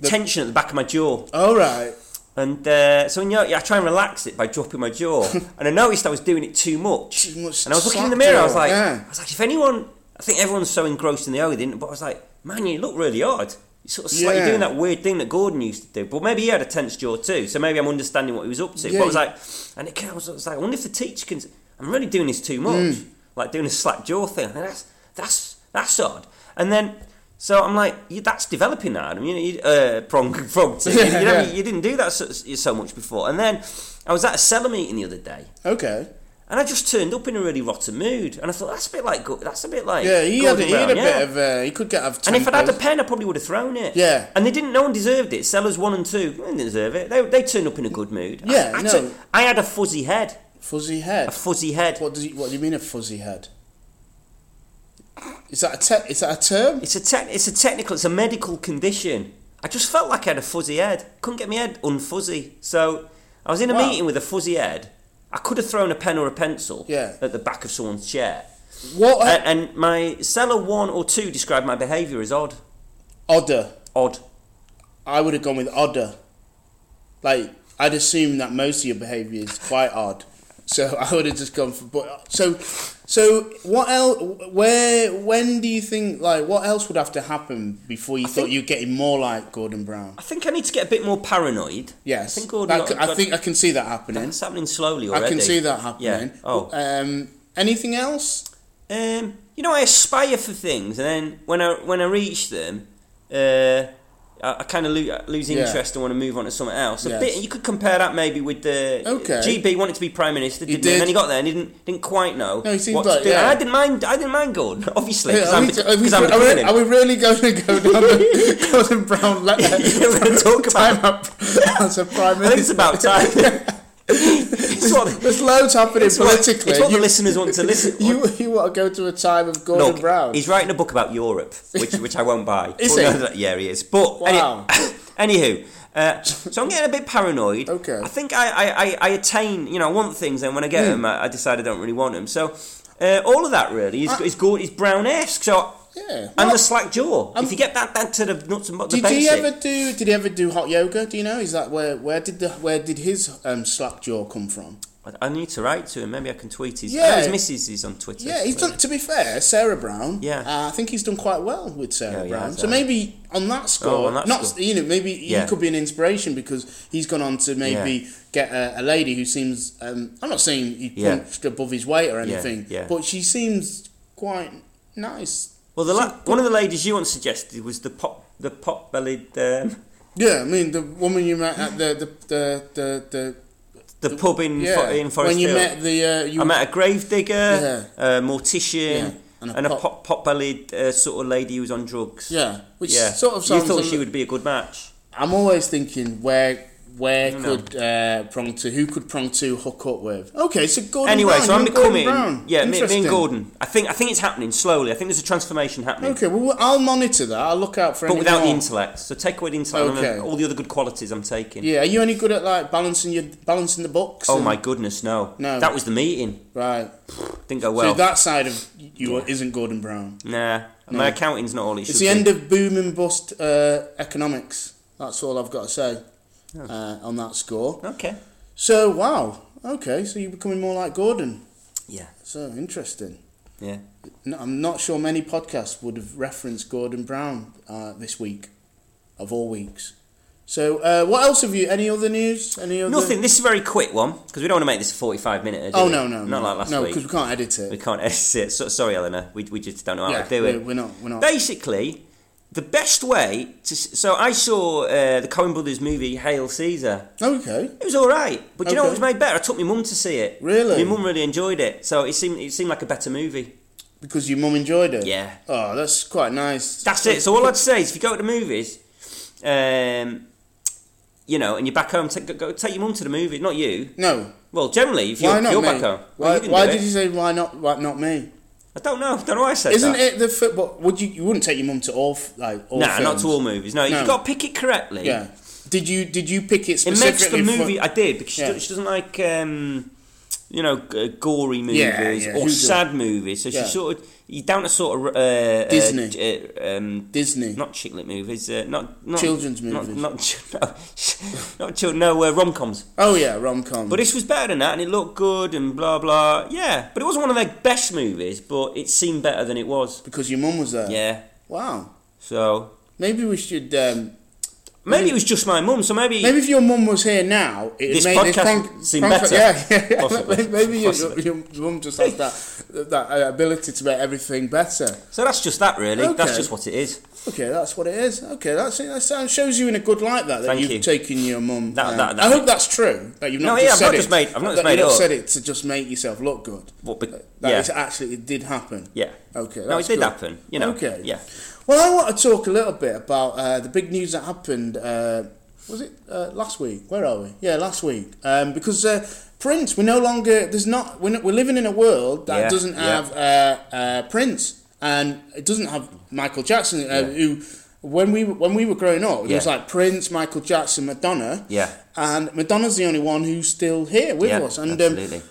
Speaker 2: tension at the back of my jaw.
Speaker 1: All right.
Speaker 2: And uh, so you know, yeah, I try and relax it by dropping my
Speaker 1: *laughs*
Speaker 2: jaw, and I noticed I was doing it too much.
Speaker 1: Too much
Speaker 2: and I was looking in the
Speaker 1: slack
Speaker 2: mirror. I was
Speaker 1: jaw,
Speaker 2: like,
Speaker 1: yeah.
Speaker 2: I was like, if anyone, I think everyone's so engrossed in the oath, didn't? But I was like, man, you look really odd. You sort of like
Speaker 1: Yeah.
Speaker 2: you're doing that weird thing that Gordon used to do. But maybe he had a tense jaw too, so maybe I'm understanding what he was up to.
Speaker 1: Yeah,
Speaker 2: but I was
Speaker 1: you-
Speaker 2: like, and it, came- I was, I was like, I wonder if the teacher can. I'm really doing this too much,
Speaker 1: Mm.
Speaker 2: like doing a slack jaw thing. And that's that's that's odd. And then. So I'm like, you, that's developing that, Adam. You know, you, uh, prong, *laughs* prong to, you, know,
Speaker 1: Yeah.
Speaker 2: you didn't do that so, so much before. And then I was at a cellar meeting the other day,
Speaker 1: Okay.
Speaker 2: and I just turned up in a really rotten mood. And I thought that's a bit like Go- that's a bit like
Speaker 1: Yeah, he had,
Speaker 2: Gordon
Speaker 1: he had a
Speaker 2: Brown, yeah.
Speaker 1: bit of. Uh, he could get have.
Speaker 2: And if I'd had a
Speaker 1: tempers.
Speaker 2: pen, I probably would have thrown it.
Speaker 1: Yeah.
Speaker 2: And they didn't. No one deserved it. Sellers one and two they didn't deserve it. They, they turned up in a good mood. I-
Speaker 1: Yeah,
Speaker 2: I,
Speaker 1: no.
Speaker 2: took- I had a fuzzy head.
Speaker 1: fuzzy
Speaker 2: A
Speaker 1: head,
Speaker 2: fuzzy head.
Speaker 1: what does he, what do you mean a fuzzy head? Is that a te- is that a term?
Speaker 2: It's a tech. It's a technical. It's a medical condition. I just felt like I had a fuzzy head. Couldn't get my head unfuzzy. So I was in a
Speaker 1: Wow.
Speaker 2: meeting with a fuzzy head. I could have thrown a pen or a pencil
Speaker 1: Yeah.
Speaker 2: at the back of someone's chair.
Speaker 1: What
Speaker 2: A- and my seller one or two described my behaviour as odd. Uh,
Speaker 1: odder?
Speaker 2: Odd.
Speaker 1: I would have gone with odder. Like I'd assume that most of your behaviour is quite odd, so *laughs* I would have just gone for. But so, so what else? Where? When do you think? Like what else would have to happen before you thought
Speaker 2: think-
Speaker 1: you were getting more like Gordon Brown?
Speaker 2: I think I need to get a bit more paranoid.
Speaker 1: Yes,
Speaker 2: I think Gordon.
Speaker 1: That c- I think I can see that happening.
Speaker 2: it's happening slowly already.
Speaker 1: I can see that happening.
Speaker 2: Yeah. Oh.
Speaker 1: Um, anything else?
Speaker 2: Um, you know, I aspire for things, and then when I when I reach them, uh, I, I kind of lo- lose
Speaker 1: Yeah.
Speaker 2: interest and want to move on to something else. A
Speaker 1: Yes.
Speaker 2: bit. You could compare that maybe with the
Speaker 1: Okay.
Speaker 2: GB wanted to be prime minister, didn't he?
Speaker 1: did.
Speaker 2: And then he got there and he didn't didn't quite know.
Speaker 1: No, he seemed
Speaker 2: what to
Speaker 1: like-
Speaker 2: do.
Speaker 1: yeah.
Speaker 2: And I didn't mind. I didn't mind Gordon, *laughs* obviously, because
Speaker 1: Are
Speaker 2: Eh, I'm
Speaker 1: we, are, we,
Speaker 2: because I'm
Speaker 1: are, we,
Speaker 2: becoming
Speaker 1: are
Speaker 2: him.
Speaker 1: we really going to go down
Speaker 2: *laughs*
Speaker 1: the Gordon Brown letter?
Speaker 2: We're gonna talk about
Speaker 1: *laughs* time up as a prime
Speaker 2: I think it's
Speaker 1: minister.
Speaker 2: about time.
Speaker 1: *laughs*
Speaker 2: it's what,
Speaker 1: There's loads happening
Speaker 2: it's what-
Speaker 1: politically.
Speaker 2: it's what the
Speaker 1: You-
Speaker 2: listeners want to listen.
Speaker 1: *laughs* you, you want to go to a time of Gordon
Speaker 2: Look,
Speaker 1: Brown?
Speaker 2: he's writing a book about Europe, which which I won't buy.
Speaker 1: *laughs* Is
Speaker 2: Well,
Speaker 1: he?
Speaker 2: no, that- yeah, he is. But any- *coughs*
Speaker 1: Wow.
Speaker 2: anywho, uh, so I'm getting a bit paranoid.
Speaker 1: Okay. Hmm.
Speaker 2: I think I, I, I, I attain, you know, I want things, and when I get them, I, I decide I don't really want them. So uh, all of that really is
Speaker 1: I-
Speaker 2: is good. Is Brown-esque. So
Speaker 1: Yeah.
Speaker 2: and
Speaker 1: Well,
Speaker 2: the slack jaw. if you get that down to the nuts and bolts, the
Speaker 1: did he
Speaker 2: basic.
Speaker 1: ever do? Did he ever do hot yoga? Do you know? Is that where where did the where did his um, slack jaw come from?
Speaker 2: I I need to write to him. Maybe I can tweet his.
Speaker 1: Yeah.
Speaker 2: Yeah, his missus is on Twitter.
Speaker 1: Yeah, he's
Speaker 2: Maybe.
Speaker 1: done. To be fair, Sarah Brown.
Speaker 2: Yeah.
Speaker 1: uh, I think he's done quite well with Sarah
Speaker 2: Yeah, he
Speaker 1: Brown.
Speaker 2: has,
Speaker 1: so
Speaker 2: uh,
Speaker 1: maybe on that score,
Speaker 2: Oh, on that
Speaker 1: not
Speaker 2: score.
Speaker 1: you know, maybe
Speaker 2: Yeah.
Speaker 1: he could be an inspiration because he's gone on to maybe get a, a lady who seems. Um, I'm not saying he
Speaker 2: Yeah.
Speaker 1: punched above his weight or
Speaker 2: Yeah,
Speaker 1: anything,
Speaker 2: yeah.
Speaker 1: but she seems quite nice.
Speaker 2: Well, the la- one of the ladies you once suggested was the pop, the pop bellied. Um,
Speaker 1: Yeah, I mean the woman you met at the the the the, the
Speaker 2: The pub in,
Speaker 1: yeah
Speaker 2: Fo- in Forest
Speaker 1: when you
Speaker 2: Hill.
Speaker 1: met the uh, you
Speaker 2: I met a gravedigger,
Speaker 1: Yeah.
Speaker 2: a mortician,
Speaker 1: Yeah,
Speaker 2: and
Speaker 1: and
Speaker 2: a,
Speaker 1: a
Speaker 2: pop pot bellied uh, sort of lady who was on drugs.
Speaker 1: yeah, which
Speaker 2: yeah.
Speaker 1: sort of
Speaker 2: you
Speaker 1: sounds.
Speaker 2: thought
Speaker 1: a
Speaker 2: she
Speaker 1: li-
Speaker 2: would be a good match.
Speaker 1: I'm always thinking where where
Speaker 2: No.
Speaker 1: could uh, Prong Two who could Prong Two hook up with? Okay, so Gordon
Speaker 2: Anyway,
Speaker 1: Brown,
Speaker 2: so I'm
Speaker 1: you and Gordon
Speaker 2: becoming.
Speaker 1: Brown.
Speaker 2: Yeah, me, me and
Speaker 1: Interesting.
Speaker 2: Gordon. I think I think it's happening slowly. I think there's a transformation happening,
Speaker 1: Okay, well I'll monitor that. I'll look out for.
Speaker 2: but
Speaker 1: any
Speaker 2: without the
Speaker 1: more.
Speaker 2: intellect. So take away the intellect and
Speaker 1: Okay.
Speaker 2: all the other good qualities I'm taking.
Speaker 1: Yeah, are you any good at like balancing your balancing the books?
Speaker 2: Oh
Speaker 1: and-
Speaker 2: my goodness, no.
Speaker 1: No.
Speaker 2: That was the meeting.
Speaker 1: Right.
Speaker 2: Didn't go
Speaker 1: so
Speaker 2: well.
Speaker 1: that side of you isn't Gordon Brown.
Speaker 2: nah, my accounting's not all it should
Speaker 1: It's
Speaker 2: be.
Speaker 1: the end of boom and bust uh, economics. That's all I've got to say uh, on that score.
Speaker 2: okay.
Speaker 1: So wow, okay, so you're becoming more like Gordon.
Speaker 2: Yeah.
Speaker 1: So interesting.
Speaker 2: Yeah.
Speaker 1: No, I'm not sure many podcasts would have referenced Gordon Brown uh, this week, of all weeks. So uh, what else have you? Any other news? Any other?
Speaker 2: Nothing. This is a very quick one because we don't want to make this a 45 minute. do
Speaker 1: Oh
Speaker 2: we?
Speaker 1: no, no,
Speaker 2: Not
Speaker 1: no,
Speaker 2: like last
Speaker 1: no,
Speaker 2: week.
Speaker 1: because we can't edit
Speaker 2: We
Speaker 1: it.
Speaker 2: can't *laughs* edit it. So, sorry, Eleanor. We, we just don't know how
Speaker 1: yeah,
Speaker 2: to do
Speaker 1: we're,
Speaker 2: it.
Speaker 1: we're not. We're not.
Speaker 2: Basically, the best way to. s- So I saw uh, the Coen Brothers movie Hail Caesar.
Speaker 1: okay.
Speaker 2: It was all right, but do you know what was
Speaker 1: Okay.
Speaker 2: made better? I took my mum to see it.
Speaker 1: Really?
Speaker 2: My mum really enjoyed it, so it seemed it seemed like a better movie.
Speaker 1: Because your mum enjoyed it.
Speaker 2: Yeah.
Speaker 1: Oh, that's quite nice.
Speaker 2: That's it. So all I'd say is, if you go to the movies, um, you know, and you're back home, take, go, go take your mum to the movie. Not you.
Speaker 1: No.
Speaker 2: Well, generally, if you're,
Speaker 1: Why not
Speaker 2: you're
Speaker 1: me?
Speaker 2: back home,
Speaker 1: Why,
Speaker 2: well, you can
Speaker 1: why
Speaker 2: do
Speaker 1: did
Speaker 2: it.
Speaker 1: you say why not? Why not me?
Speaker 2: I don't know. I don't know why I said
Speaker 1: Isn't
Speaker 2: that.
Speaker 1: it the football? Would you? You wouldn't take your mum to all f- like all.
Speaker 2: Nah, not
Speaker 1: films.
Speaker 2: to all movies. No,
Speaker 1: No.
Speaker 2: you've got to pick it correctly.
Speaker 1: Yeah. Did you? Did you pick it
Speaker 2: It makes
Speaker 1: specifically?
Speaker 2: the
Speaker 1: for-
Speaker 2: movie. I did because she,
Speaker 1: Yeah.
Speaker 2: do- she doesn't like, um, you know, g- uh, gory movies
Speaker 1: yeah,
Speaker 2: or
Speaker 1: who
Speaker 2: sad movies. So
Speaker 1: Yeah.
Speaker 2: she sort of you down to sort of uh,
Speaker 1: Disney.
Speaker 2: uh, j- uh, um,
Speaker 1: Disney.
Speaker 2: not chiclet movies, uh, not, not
Speaker 1: Children's
Speaker 2: not-
Speaker 1: movies.
Speaker 2: not ch- *laughs* no, not children, no uh, rom coms.
Speaker 1: oh yeah, rom com.
Speaker 2: But this was better than that, and it looked good and blah blah. Yeah, but it wasn't one of their best movies, but it seemed better than it was.
Speaker 1: because your mum was there.
Speaker 2: Yeah,
Speaker 1: Wow.
Speaker 2: so
Speaker 1: Maybe we should. Um,
Speaker 2: maybe it was just my mum. So maybe
Speaker 1: maybe if your mum was here now, it'd
Speaker 2: This
Speaker 1: make this
Speaker 2: podcast
Speaker 1: pon-
Speaker 2: seem
Speaker 1: pon-
Speaker 2: better.
Speaker 1: Yeah, yeah, *laughs* yeah.
Speaker 2: Possibly.
Speaker 1: maybe your,
Speaker 2: Possibly.
Speaker 1: your mum just has that that uh, ability to make everything better.
Speaker 2: So that's just that, really. That's
Speaker 1: Okay.
Speaker 2: just what it is.
Speaker 1: Okay, that's what it is. Okay, that's it. That sounds, shows you in a good light that, that
Speaker 2: Thank
Speaker 1: you've
Speaker 2: you.
Speaker 1: taken your mum.
Speaker 2: That-
Speaker 1: um,
Speaker 2: that- that-
Speaker 1: I hope that's true. That you've
Speaker 2: No,
Speaker 1: not
Speaker 2: yeah,
Speaker 1: just
Speaker 2: I've
Speaker 1: said
Speaker 2: not
Speaker 1: it.
Speaker 2: just made- I've not just
Speaker 1: that
Speaker 2: made
Speaker 1: you've
Speaker 2: it
Speaker 1: not
Speaker 2: up.
Speaker 1: said it to just make yourself look good.
Speaker 2: What, but,
Speaker 1: That
Speaker 2: yeah,
Speaker 1: it's actually it did happen.
Speaker 2: yeah.
Speaker 1: Okay. That's
Speaker 2: No, it did
Speaker 1: good.
Speaker 2: happen. You know.
Speaker 1: Okay.
Speaker 2: Yeah.
Speaker 1: Well, I want to talk a little bit about uh, the big news that happened. Uh, was it uh, last week? Where are we? Yeah, last week. Um, because uh, Prince, we're no longer there's not we're, not, we're living in a world that
Speaker 2: Yeah,
Speaker 1: doesn't
Speaker 2: yeah.
Speaker 1: have uh, uh, Prince and it doesn't have Michael Jackson, uh, who when we when we were growing up, there was
Speaker 2: Yeah.
Speaker 1: like Prince, Michael Jackson, Madonna.
Speaker 2: Yeah.
Speaker 1: And Madonna's the only one who's still here with
Speaker 2: yeah.
Speaker 1: us. And um,
Speaker 2: absolutely.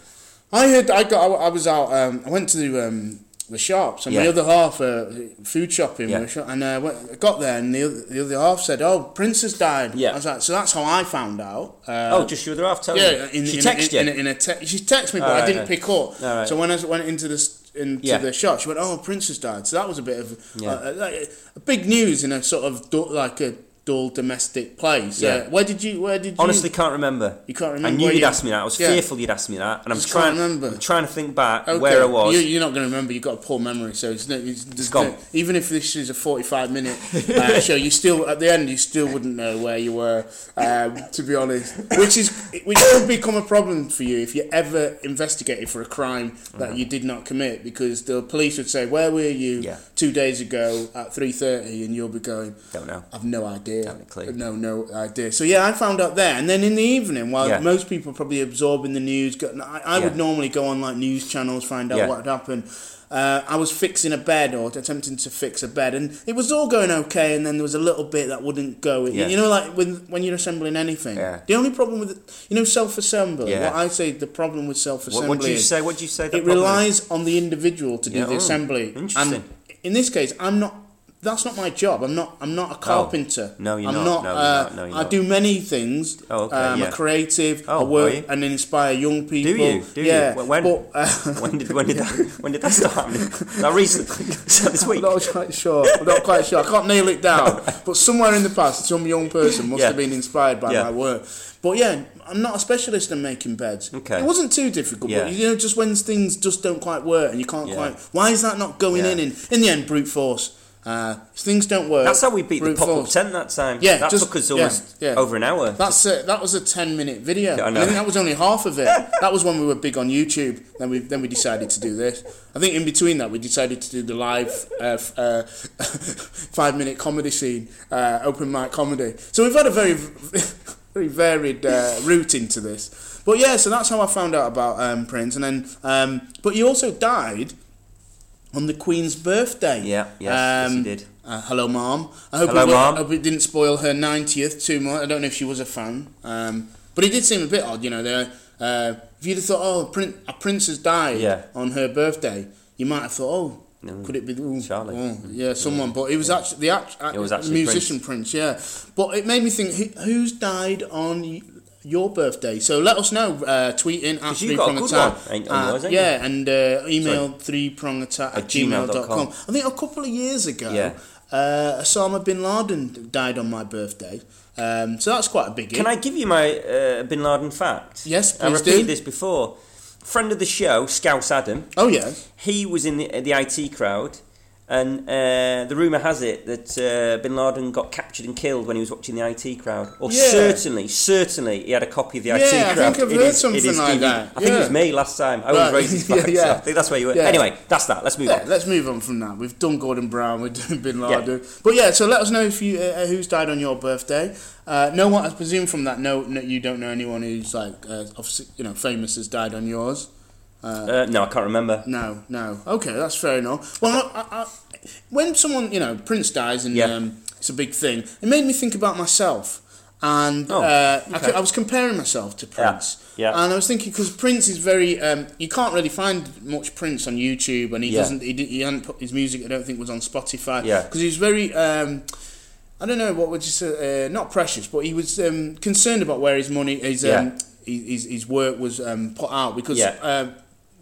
Speaker 1: I heard I got I was out. Um, I went to um, the shops and my
Speaker 2: Yeah.
Speaker 1: other half uh, food shopping.
Speaker 2: Yeah.
Speaker 1: we were shop- and uh, went- I got there and the other, the other half said, "Oh, Prince has died."
Speaker 2: Yeah.
Speaker 1: I was like, "So that's how I found out." Uh,
Speaker 2: oh, just you were off telling
Speaker 1: yeah,
Speaker 2: me.
Speaker 1: in,
Speaker 2: she
Speaker 1: in,
Speaker 2: texted
Speaker 1: in,
Speaker 2: you.
Speaker 1: in, in a te- she texted me, but
Speaker 2: All right,
Speaker 1: I didn't
Speaker 2: okay.
Speaker 1: pick up.
Speaker 2: All right.
Speaker 1: So when I s- went into the s- into
Speaker 2: Yeah.
Speaker 1: the shop, she went, "Oh, Prince has died." So that was a bit of
Speaker 2: Yeah.
Speaker 1: uh, uh, like, a big news in a sort of du- like a dull domestic place.
Speaker 2: Yeah.
Speaker 1: Uh, where did you? Where did you?
Speaker 2: Honestly, can't remember.
Speaker 1: You can't remember,
Speaker 2: I knew
Speaker 1: were
Speaker 2: you'd
Speaker 1: you?
Speaker 2: ask me that. I was
Speaker 1: Yeah.
Speaker 2: fearful you'd ask me that, and I'm
Speaker 1: Just
Speaker 2: trying.
Speaker 1: can't remember.
Speaker 2: I'm trying to think back
Speaker 1: Okay.
Speaker 2: where I was.
Speaker 1: You, you're not going to remember. You've got a poor memory, so it's, no, it's, there's
Speaker 2: gone.
Speaker 1: no- even if this is a 45
Speaker 2: *laughs*
Speaker 1: minute uh, show, you still at the end you still wouldn't know where you were. Um, to be honest, which is which could become a problem for you if you ever investigated for a crime that you did not commit, because the police would say, "Where were you
Speaker 2: Mm-hmm. Yeah.
Speaker 1: two days ago at 3:30?" and you'll be going.
Speaker 2: Don't know.
Speaker 1: I've no idea.
Speaker 2: Don't have a clue.
Speaker 1: No, no idea. So yeah, I found out there, and then in the evening, while
Speaker 2: Yeah.
Speaker 1: most people are probably absorbing the news, go- I, I would
Speaker 2: Yeah.
Speaker 1: normally go on like news channels, find out
Speaker 2: Yeah.
Speaker 1: what had happened. Uh, I was fixing a bed or attempting to fix a bed, and it was all going okay. And then there was a little bit that wouldn't go.
Speaker 2: Yeah.
Speaker 1: You know, like when when you're assembling anything.
Speaker 2: Yeah.
Speaker 1: The only problem with you know self-assembly.
Speaker 2: Yeah.
Speaker 1: What I say the problem with self-assembly.
Speaker 2: What would you
Speaker 1: is
Speaker 2: say? What would you say? the
Speaker 1: it
Speaker 2: problem is?
Speaker 1: relies on the individual to do
Speaker 2: Yeah,
Speaker 1: the
Speaker 2: oh,
Speaker 1: assembly.
Speaker 2: interesting.
Speaker 1: And in this case, I'm not. That's not my job. I'm not. I'm not a carpenter.
Speaker 2: Oh. No, you're
Speaker 1: I'm
Speaker 2: not. No, you're
Speaker 1: uh,
Speaker 2: not. No, you're
Speaker 1: I
Speaker 2: not.
Speaker 1: do many things. Um,
Speaker 2: Oh, okay,
Speaker 1: I'm
Speaker 2: yeah.
Speaker 1: a creative.
Speaker 2: Oh,
Speaker 1: I
Speaker 2: are you?
Speaker 1: work and inspire young people.
Speaker 2: you? Do you?
Speaker 1: yeah.
Speaker 2: Wh- when?
Speaker 1: But, uh, *laughs*
Speaker 2: When did when did that when did that start happening? That recently? *laughs* So this week?
Speaker 1: *laughs* I'm not quite sure. I'm not quite sure. I can't nail it down.
Speaker 2: *laughs*
Speaker 1: But somewhere in the past, some young person must
Speaker 2: Yeah.
Speaker 1: have been inspired by
Speaker 2: Yeah.
Speaker 1: my work. But yeah, I'm not a specialist in making beds.
Speaker 2: Okay.
Speaker 1: It wasn't too difficult,
Speaker 2: Yeah.
Speaker 1: but you know, just when things just don't quite work and you can't
Speaker 2: Yeah.
Speaker 1: quite. Why is that not going
Speaker 2: Yeah.
Speaker 1: in? And in the end, brute force. Uh, if things don't work.
Speaker 2: That's how we beat the
Speaker 1: brute
Speaker 2: pop up
Speaker 1: force.
Speaker 2: tent that time.
Speaker 1: Yeah,
Speaker 2: that
Speaker 1: just-
Speaker 2: took us
Speaker 1: yeah,
Speaker 2: almost
Speaker 1: yeah.
Speaker 2: over an hour.
Speaker 1: That's a, that was a ten minute video.
Speaker 2: Yeah, I
Speaker 1: I,
Speaker 2: know.
Speaker 1: I think that was only half of it. *laughs* that was when we were big on YouTube. Then we then we decided to do this. I think in between that we decided to do the live uh, f- uh, *laughs* five minute comedy scene, uh, open mic comedy. So we've had a very *laughs* very varied uh, route into this. But yeah, so that's how I found out about um, Prince. And then, um, but you also died on the Queen's birthday.
Speaker 2: Yeah, yes, yes, he did.
Speaker 1: Uh, hello, mom. I hope,
Speaker 2: Hello,
Speaker 1: it, wa-
Speaker 2: Mom.
Speaker 1: I hope it didn't spoil her 90th too much. I don't know if she was a fan. Um, but it did seem a bit odd, you know. There, uh, if you'd have thought, oh, prin- a prince has died
Speaker 2: Yeah.
Speaker 1: on her birthday, you might have thought, oh,
Speaker 2: No,
Speaker 1: could it be ooh,
Speaker 2: Charlie. Mm.
Speaker 1: oh, yeah, someone. But it was actually the act-
Speaker 2: It was
Speaker 1: the
Speaker 2: actually
Speaker 1: musician prince. yeah. But it made me think, who, who's died on y- your birthday? So let us know. Uh, tweet in at
Speaker 2: you
Speaker 1: three
Speaker 2: got a
Speaker 1: prong
Speaker 2: good
Speaker 1: attack.
Speaker 2: one, ain't- on
Speaker 1: Uh,
Speaker 2: yours, ain't
Speaker 1: yeah, and uh, email three prong attack at
Speaker 2: At gmail dot
Speaker 1: gmail.com.
Speaker 2: com.
Speaker 1: I think a couple of years ago,
Speaker 2: Yeah.
Speaker 1: uh, Osama bin Laden died on my birthday. Um, so that's quite a big
Speaker 2: Can I give you my uh, Bin Laden fact?
Speaker 1: Yes,
Speaker 2: I
Speaker 1: please
Speaker 2: repeated
Speaker 1: do.
Speaker 2: this before. Friend of the show, Scouse Adam,
Speaker 1: Oh, yeah.
Speaker 2: he was in the, the IT crowd, and uh, the rumour has it that uh, Bin Laden got captured and killed when he was watching the IT crowd. Or
Speaker 1: Yeah.
Speaker 2: certainly, certainly, he had a copy of the IT
Speaker 1: Yeah, I
Speaker 2: crowd.
Speaker 1: think I've
Speaker 2: in
Speaker 1: heard
Speaker 2: his- in
Speaker 1: something
Speaker 2: his
Speaker 1: like
Speaker 2: DVD.
Speaker 1: that.
Speaker 2: I think it was
Speaker 1: Yeah.
Speaker 2: me last time. I always
Speaker 1: Right. *laughs*
Speaker 2: raise these
Speaker 1: Yeah,
Speaker 2: facts.
Speaker 1: yeah.
Speaker 2: I think that's where you were.
Speaker 1: Yeah.
Speaker 2: Anyway, that's that. Let's move
Speaker 1: Yeah,
Speaker 2: on.
Speaker 1: let's move on from that. We've done Gordon Brown, we've done Bin
Speaker 2: Yeah.
Speaker 1: Laden. But yeah, so let us know if you uh, who's died on your birthday. Uh, no one, I presume from that, no, no you don't know anyone who's like, uh, obviously, you know, famous has died on yours.
Speaker 2: Uh, no, I can't remember.
Speaker 1: No, no. Okay, that's fair enough. Well, I, I, I, when someone, you know, Prince dies and
Speaker 2: Yeah.
Speaker 1: um, it's a big thing, it made me think about myself. And
Speaker 2: Oh,
Speaker 1: uh, I
Speaker 2: okay.
Speaker 1: c- I, was comparing myself to Prince.
Speaker 2: yeah.
Speaker 1: And I was thinking, because Prince is very, um, you can't really find much Prince on YouTube, and he
Speaker 2: Yeah.
Speaker 1: doesn't, he, didn't, he hadn't put his music, I don't think, was on Spotify.
Speaker 2: Yeah.
Speaker 1: Because he was very. Um, I don't know what would you say, uh, not precious, but he was um, concerned about where his money, his
Speaker 2: Yeah.
Speaker 1: um, his, his- his work was um, put out because
Speaker 2: Yeah.
Speaker 1: um,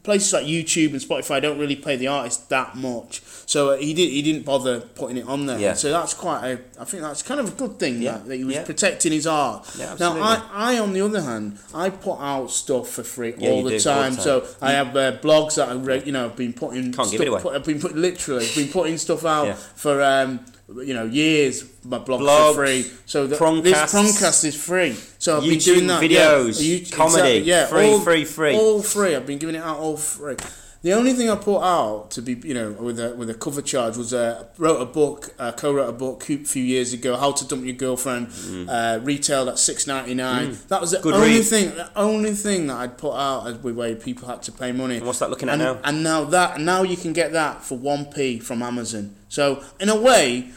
Speaker 1: places like YouTube and Spotify don't really pay the artist that much. So uh, he did he didn't bother putting it on there.
Speaker 2: Yeah.
Speaker 1: So that's quite a I think that's kind of a good thing
Speaker 2: Yeah,
Speaker 1: that, that he was
Speaker 2: yeah.
Speaker 1: protecting his art.
Speaker 2: Yeah,
Speaker 1: now
Speaker 2: absolutely.
Speaker 1: I, I on the other hand I put out stuff for free
Speaker 2: Yeah,
Speaker 1: all,
Speaker 2: you
Speaker 1: the
Speaker 2: do, all the
Speaker 1: time.
Speaker 2: time. Mm.
Speaker 1: So I have uh, blogs that I re- you know I've been putting
Speaker 2: Can't
Speaker 1: stuff-
Speaker 2: give it away.
Speaker 1: put- I've been put literally I've been putting stuff out
Speaker 2: Yeah.
Speaker 1: for um, you know years my blog
Speaker 2: Blogs,
Speaker 1: for free. So the, this
Speaker 2: Prongcasts.
Speaker 1: Prongcast is free. So I've been
Speaker 2: YouTube
Speaker 1: doing that.
Speaker 2: videos,
Speaker 1: yeah,
Speaker 2: comedy, free, free, free.
Speaker 1: all free. I've been giving it out all free. The only thing I put out to be, you know, with a with a cover charge was uh, wrote a book, uh, co-wrote a book a few years ago, How to Dump Your Girlfriend, uh, retailed at six ninety nine. That was the
Speaker 2: Mm. Good
Speaker 1: only
Speaker 2: read.
Speaker 1: thing, the only thing that I'd put out as we where people had to pay money.
Speaker 2: And what's that looking at
Speaker 1: and,
Speaker 2: now?
Speaker 1: And now that now you can get that for one p from Amazon. So in a way,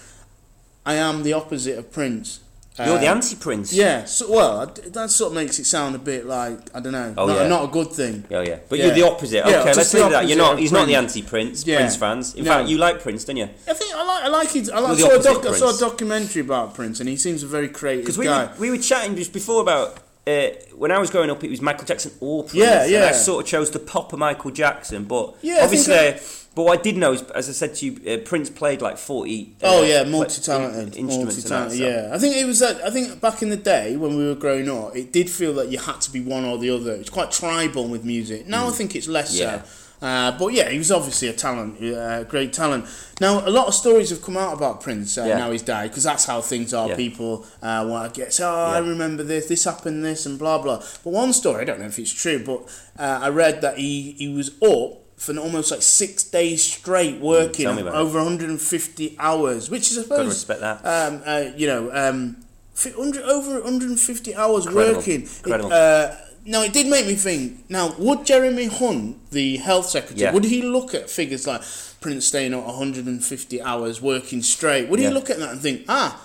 Speaker 1: I am the opposite of Prince.
Speaker 2: You're the
Speaker 1: Uh,
Speaker 2: anti prince.
Speaker 1: yeah, so, well, I d- that sort of makes it sound a bit like I don't know,
Speaker 2: Oh,
Speaker 1: not,
Speaker 2: yeah.
Speaker 1: not a good thing.
Speaker 2: Oh yeah, but
Speaker 1: Yeah.
Speaker 2: you're the opposite.
Speaker 1: Yeah,
Speaker 2: okay,
Speaker 1: just
Speaker 2: let's
Speaker 1: the
Speaker 2: leave that.
Speaker 1: opposite
Speaker 2: You're not.
Speaker 1: of
Speaker 2: He's not the
Speaker 1: Prince.
Speaker 2: anti-Prince.
Speaker 1: Yeah.
Speaker 2: Prince fans. In
Speaker 1: No.
Speaker 2: fact, you like Prince, don't you?
Speaker 1: I think I like I like it. I, like, I,
Speaker 2: the
Speaker 1: saw, a
Speaker 2: opposite
Speaker 1: doc,
Speaker 2: of
Speaker 1: I saw a
Speaker 2: Prince.
Speaker 1: documentary about Prince, and he seems a very creative
Speaker 2: Because we
Speaker 1: guy.
Speaker 2: were, we were chatting just before about uh, when I was growing up, it was Michael Jackson or Prince.
Speaker 1: Yeah,
Speaker 2: And I
Speaker 1: yeah.
Speaker 2: sort of chose the pop of Michael Jackson, but
Speaker 1: Yeah, I
Speaker 2: obviously.
Speaker 1: think
Speaker 2: but what I did know is, as I said to you, uh, Prince played like forty. Uh,
Speaker 1: Oh yeah,
Speaker 2: pla-
Speaker 1: multi-talented,
Speaker 2: in- instruments. and that,
Speaker 1: multi-talented.
Speaker 2: so-
Speaker 1: Yeah, I think it was. Like, I think back in the day when we were growing up, it did feel that you had to be one or the other. It's quite tribal with music. Now I think it's less
Speaker 2: Mm. Yeah.
Speaker 1: so. Uh, but yeah, he was obviously a talent, uh, great talent. Now a lot of stories have come out about Prince. Uh,
Speaker 2: Yeah.
Speaker 1: Now he's died because that's how things are.
Speaker 2: Yeah.
Speaker 1: People uh, want to get. So oh, I remember this. This happened. This and blah blah. But one story, I don't know if it's true, but uh, I read that he he was up for almost like six days straight working
Speaker 2: Mm, tell me about it.
Speaker 1: over 150 hours, which is I suppose
Speaker 2: Gotta respect that.
Speaker 1: um, uh, you know, um, fi- 100, over 150 hours
Speaker 2: Incredible.
Speaker 1: working. It,
Speaker 2: Incredible.
Speaker 1: uh, now, it did make me think. Now, would Jeremy Hunt, the health secretary,
Speaker 2: Yeah.
Speaker 1: would he look at figures like Prince staying at 150 hours working straight? Would
Speaker 2: Yeah.
Speaker 1: he look at that and think, ah,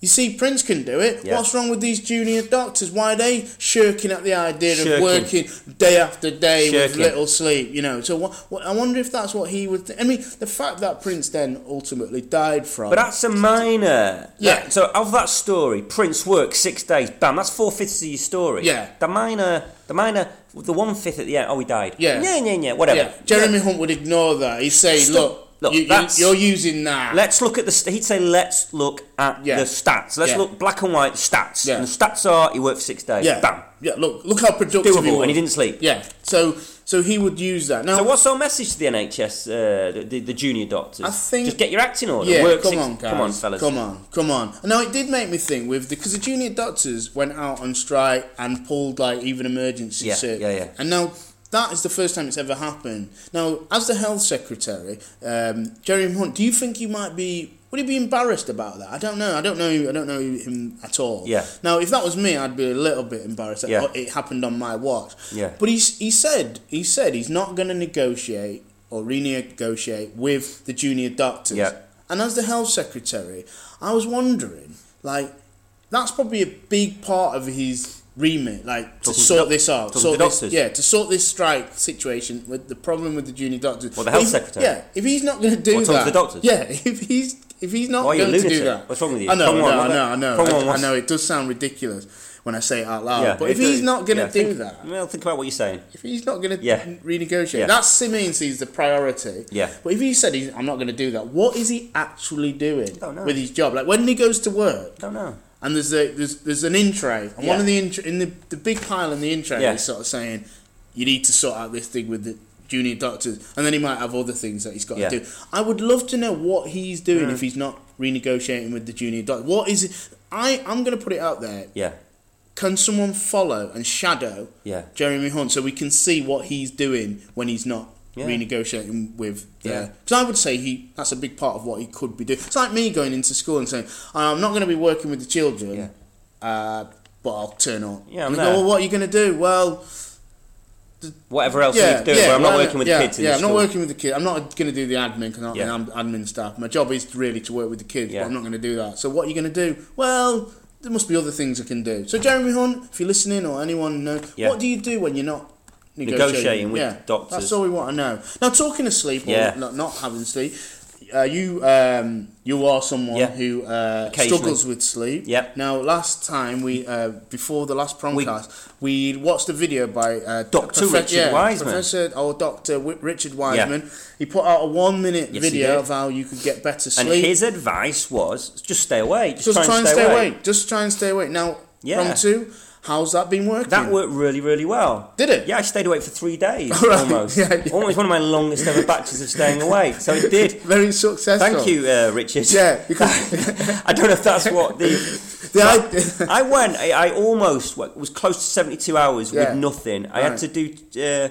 Speaker 1: you see, Prince can do it.
Speaker 2: Yeah.
Speaker 1: What's wrong with these junior doctors? Why are they shirking at the idea
Speaker 2: Shirking.
Speaker 1: of working day after day with
Speaker 2: Shirking.
Speaker 1: little sleep? You know, so what, what, I wonder if that's what he would. Th- I mean, the fact that Prince then ultimately died from.
Speaker 2: Oh. But that's a minor.
Speaker 1: Yeah.
Speaker 2: That- so of that story, Prince worked six days. Bam. That's four fifths of your story.
Speaker 1: Yeah.
Speaker 2: The minor. The minor. The one fifth at the end. Oh, he died.
Speaker 1: Yeah.
Speaker 2: Yeah. Yeah. Yeah. Whatever.
Speaker 1: Yeah, Jeremy Hunt would ignore that. He'd say,
Speaker 2: Stop.
Speaker 1: "Look,
Speaker 2: Look,
Speaker 1: you, you,
Speaker 2: that's-
Speaker 1: you're using that."
Speaker 2: Let's look at the. St- he'd say, let's look at
Speaker 1: Yeah.
Speaker 2: the stats. Let's
Speaker 1: Yeah.
Speaker 2: look black and white stats.
Speaker 1: Yeah.
Speaker 2: And the stats are he worked for six days.
Speaker 1: yeah,
Speaker 2: Bam.
Speaker 1: Yeah, look, look how productive he
Speaker 2: Doable.
Speaker 1: was.
Speaker 2: And he didn't sleep.
Speaker 1: Yeah. So, So he would use that. Now,
Speaker 2: So what's our message to the NHS, uh, the- the, the junior doctors?
Speaker 1: I think-
Speaker 2: just get your acting order.
Speaker 1: yeah,
Speaker 2: Work
Speaker 1: come
Speaker 2: six-
Speaker 1: on, guys.
Speaker 2: come on, fellas.
Speaker 1: Come on, come on. Now, it did make me think with because the junior doctors went out on strike and pulled like even emergency
Speaker 2: Yeah,
Speaker 1: shit.
Speaker 2: yeah, yeah.
Speaker 1: And now that is the first time it's ever happened. Now, as the health secretary, um, Jerry Hunt, do you think he might be? Would he be embarrassed about that? I don't know. I don't know. I don't know him at all.
Speaker 2: Yeah.
Speaker 1: Now, if that was me, I'd be a little bit embarrassed. that
Speaker 2: Yeah.
Speaker 1: It happened on my watch.
Speaker 2: Yeah.
Speaker 1: But he's, he said he said he's not going to negotiate or renegotiate with the junior doctors.
Speaker 2: Yeah.
Speaker 1: And as the health secretary, I was wondering, like, that's probably a big part of his remit, like to
Speaker 2: Talking to
Speaker 1: sort
Speaker 2: doc-
Speaker 1: this out,
Speaker 2: talking
Speaker 1: sort
Speaker 2: to
Speaker 1: this,
Speaker 2: doctors.
Speaker 1: yeah, to sort this strike situation with the problem with the junior doctors.
Speaker 2: Well, the health
Speaker 1: If-
Speaker 2: secretary.
Speaker 1: Yeah, if he's not going to do
Speaker 2: Well, talk
Speaker 1: that,
Speaker 2: to the doctors.
Speaker 1: Yeah, *laughs* if he's if he's not
Speaker 2: Why are you a
Speaker 1: going to do
Speaker 2: lunatic?
Speaker 1: that,
Speaker 2: What's wrong with you?
Speaker 1: I know,
Speaker 2: Come
Speaker 1: I
Speaker 2: on,
Speaker 1: know,
Speaker 2: what's
Speaker 1: I know,
Speaker 2: that?
Speaker 1: I know,
Speaker 2: Come
Speaker 1: I-
Speaker 2: on,
Speaker 1: I
Speaker 2: what's-
Speaker 1: know. It does sound ridiculous when I say it out loud,
Speaker 2: Yeah,
Speaker 1: but if
Speaker 2: it-
Speaker 1: he's not going to
Speaker 2: yeah,
Speaker 1: do
Speaker 2: think-
Speaker 1: that,
Speaker 2: well, think about what you're saying.
Speaker 1: if he's not going to
Speaker 2: Yeah.
Speaker 1: renegotiate,
Speaker 2: Yeah.
Speaker 1: that's Simeon sees the priority.
Speaker 2: Yeah.
Speaker 1: But if he said he's, I'm not going to do that, what is he actually doing
Speaker 2: Don't know.
Speaker 1: with his job? Like when he goes to work,
Speaker 2: I don't know.
Speaker 1: and there's a, there's there's an in tray, and one
Speaker 2: Yeah.
Speaker 1: of the in, tr- in the the big pile in the in tray
Speaker 2: Yeah.
Speaker 1: is sort of saying, you need to sort out this thing with the junior doctors, and then he might have other things that he's got
Speaker 2: Yeah. Mm.
Speaker 1: to do. I would love to know what he's doing if he's not renegotiating with the junior doctor. What is it? I I'm going to put it out there.
Speaker 2: Yeah,
Speaker 1: Can someone follow and shadow
Speaker 2: yeah.
Speaker 1: Jeremy Hunt so we can see what he's doing when he's not
Speaker 2: Yeah.
Speaker 1: renegotiating with
Speaker 2: Yeah.
Speaker 1: the because I would say he that's a big part of what he could be doing. It's like me going into school and saying I'm not going to be working with the children, uh, but I'll turn up.
Speaker 2: Yeah, I'm
Speaker 1: and they
Speaker 2: there.
Speaker 1: go, well, what are you going to do? Well,
Speaker 2: Whatever else
Speaker 1: yeah,
Speaker 2: you do,
Speaker 1: yeah,
Speaker 2: but I'm not
Speaker 1: well,
Speaker 2: working with
Speaker 1: yeah,
Speaker 2: kids in
Speaker 1: yeah,
Speaker 2: the
Speaker 1: I'm
Speaker 2: school.
Speaker 1: not working with the kids. I'm not going to do the admin because I'm
Speaker 2: Yeah.
Speaker 1: I'm admin staff. My job is really to work with the kids,
Speaker 2: Yeah.
Speaker 1: but I'm not going to do that. So what are you going to do? Well. There must be other things I can do. So Jeremy Hunt, if you're listening or anyone knows,
Speaker 2: Yeah.
Speaker 1: what do you do when you're not negotiating,
Speaker 2: Negotiating with doctors.
Speaker 1: That's all we want to know. Now, talking of sleep or
Speaker 2: Yeah.
Speaker 1: not, not having sleep, uh, you um, you are someone
Speaker 2: Yeah.
Speaker 1: who uh,
Speaker 2: Occasionally.
Speaker 1: struggles with sleep.
Speaker 2: Yep.
Speaker 1: Now, last time we uh, before the last promcast, we, watched a video by uh,
Speaker 2: Dr.
Speaker 1: Profe-
Speaker 2: Richard Wiseman.
Speaker 1: Professor or Doctor w- Richard Wiseman. He put out a one minute
Speaker 2: Yes, he
Speaker 1: video
Speaker 2: did.
Speaker 1: of how you could get better
Speaker 2: And
Speaker 1: sleep.
Speaker 2: his advice was just stay away. Just,
Speaker 1: just
Speaker 2: try, and stay, away.
Speaker 1: Just try and stay awake. Now,
Speaker 2: Yeah.
Speaker 1: prompt two, how's that been working?
Speaker 2: That worked really, really well.
Speaker 1: Did it?
Speaker 2: Yeah, I stayed awake for three days
Speaker 1: *laughs* Right,
Speaker 2: almost.
Speaker 1: yeah, yeah.
Speaker 2: Almost one of my longest ever batches of staying awake. So it
Speaker 1: *laughs*
Speaker 2: did.
Speaker 1: Very successful.
Speaker 2: Thank
Speaker 1: *laughs*
Speaker 2: you, uh, Richard.
Speaker 1: Yeah, because
Speaker 2: *laughs* I don't know if that's what
Speaker 1: *laughs*
Speaker 2: the
Speaker 1: the idea. *laughs*
Speaker 2: I went. I, I almost wa- was close to seventy-two hours
Speaker 1: Yeah.
Speaker 2: with nothing. I
Speaker 1: Right.
Speaker 2: had to do uh,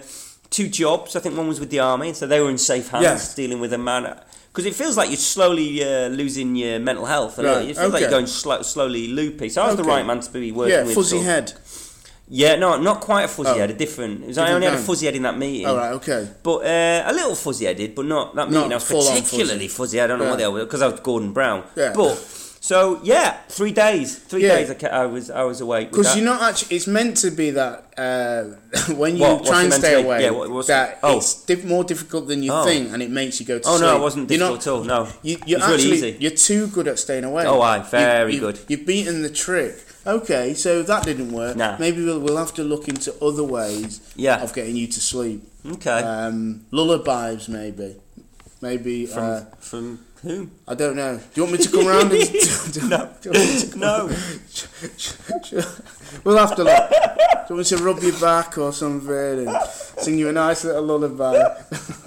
Speaker 2: two jobs. I think one was with the army, so they were in safe hands,
Speaker 1: Yeah.
Speaker 2: dealing with a man. Because it feels like you're slowly uh, losing your mental health. and uh,
Speaker 1: Right,
Speaker 2: It feels like you're
Speaker 1: okay.
Speaker 2: going slow, slowly loopy. So I was the
Speaker 1: Okay.
Speaker 2: right man to be working
Speaker 1: Yeah,
Speaker 2: with.
Speaker 1: fuzzy
Speaker 2: sort of-
Speaker 1: head.
Speaker 2: Yeah, no, not quite a fuzzy
Speaker 1: Oh.
Speaker 2: head. A different. It was, I
Speaker 1: Different
Speaker 2: only had a
Speaker 1: kind.
Speaker 2: fuzzy head in that meeting.
Speaker 1: All right, okay.
Speaker 2: But uh, a little fuzzy-headed, but not that mean.
Speaker 1: Not
Speaker 2: I was
Speaker 1: full-on
Speaker 2: particularly
Speaker 1: fuzzy.
Speaker 2: fuzzy. I don't know what
Speaker 1: Yeah.
Speaker 2: they were because I was Gordon Brown.
Speaker 1: Yeah.
Speaker 2: But so yeah, three days, three
Speaker 1: Yeah.
Speaker 2: days. I, ca- I was I was awake. with
Speaker 1: Because
Speaker 2: that.
Speaker 1: you're not actually. It's meant to be that uh, *laughs* when you
Speaker 2: What- what's
Speaker 1: try
Speaker 2: it
Speaker 1: and
Speaker 2: meant to
Speaker 1: stay
Speaker 2: be?
Speaker 1: away,
Speaker 2: Yeah, what- what's-
Speaker 1: that
Speaker 2: oh.
Speaker 1: it's diff- more difficult than you
Speaker 2: Oh.
Speaker 1: think, and it makes you go to
Speaker 2: oh
Speaker 1: sleep.
Speaker 2: no, it wasn't
Speaker 1: You're
Speaker 2: difficult
Speaker 1: not-
Speaker 2: at all. No,
Speaker 1: You,
Speaker 2: it
Speaker 1: you're
Speaker 2: was
Speaker 1: actually
Speaker 2: really easy.
Speaker 1: you're too good at staying away.
Speaker 2: Oh, aye, very
Speaker 1: you,
Speaker 2: good.
Speaker 1: You've beaten the trick. Okay, so that didn't work.
Speaker 2: Nah. Uh,
Speaker 1: Maybe we'll, we'll have to look into other ways
Speaker 2: Yeah.
Speaker 1: of getting you to sleep.
Speaker 2: Okay,
Speaker 1: Um, lullabies, maybe. Maybe
Speaker 2: from
Speaker 1: uh,
Speaker 2: from whom?
Speaker 1: I don't know. Do you want me to come
Speaker 2: *laughs*
Speaker 1: round? And, *laughs* do,
Speaker 2: No.
Speaker 1: you want me to come-
Speaker 2: *laughs* No,
Speaker 1: we'll have to look. Do you want me to rub your back or something and sing you a nice little
Speaker 2: *laughs*
Speaker 1: lullaby?
Speaker 2: I don't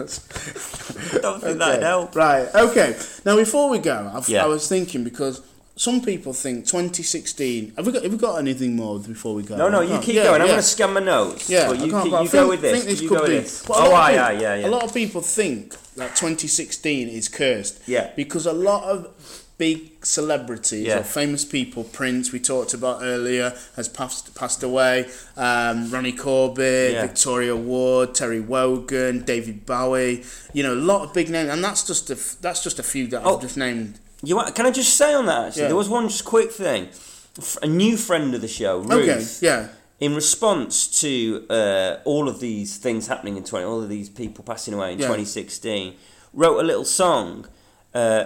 Speaker 2: think
Speaker 1: Okay.
Speaker 2: that'd help.
Speaker 1: Right. Okay. Now, before we go, I've,
Speaker 2: Yeah.
Speaker 1: I was thinking because some people think 2016. Have we got? Have we got anything more before we go?
Speaker 2: No, no,
Speaker 1: I
Speaker 2: you
Speaker 1: can't-
Speaker 2: keep
Speaker 1: yeah,
Speaker 2: going. I'm
Speaker 1: yeah.
Speaker 2: going to scan my notes.
Speaker 1: Yeah,
Speaker 2: but
Speaker 1: I
Speaker 2: you,
Speaker 1: can't,
Speaker 2: keep-
Speaker 1: but I
Speaker 2: you
Speaker 1: think,
Speaker 2: go with this.
Speaker 1: Think this
Speaker 2: you
Speaker 1: could
Speaker 2: go
Speaker 1: be.
Speaker 2: with this.
Speaker 1: but a lot
Speaker 2: Oh,
Speaker 1: of
Speaker 2: aye,
Speaker 1: people-
Speaker 2: aye, yeah, yeah.
Speaker 1: A lot of people think that 2016 is cursed.
Speaker 2: Yeah.
Speaker 1: Because a lot of big celebrities
Speaker 2: Yeah.
Speaker 1: or famous people, Prince, we talked about earlier, has passed passed away. Um, Ronnie Corbett,
Speaker 2: Yeah.
Speaker 1: Victoria Ward, Terry Wogan, David Bowie. You know, a lot of big names, and that's just a f- that's just a few that
Speaker 2: Oh.
Speaker 1: I've just named.
Speaker 2: You want, can I just say on that actually?
Speaker 1: Yeah.
Speaker 2: There was one just quick thing. F- A new friend of the show, Ruth.
Speaker 1: Okay. Yeah.
Speaker 2: in response to uh, all of these things happening in 20, all of these people passing away in
Speaker 1: Yeah.
Speaker 2: 2016, wrote a little song, uh,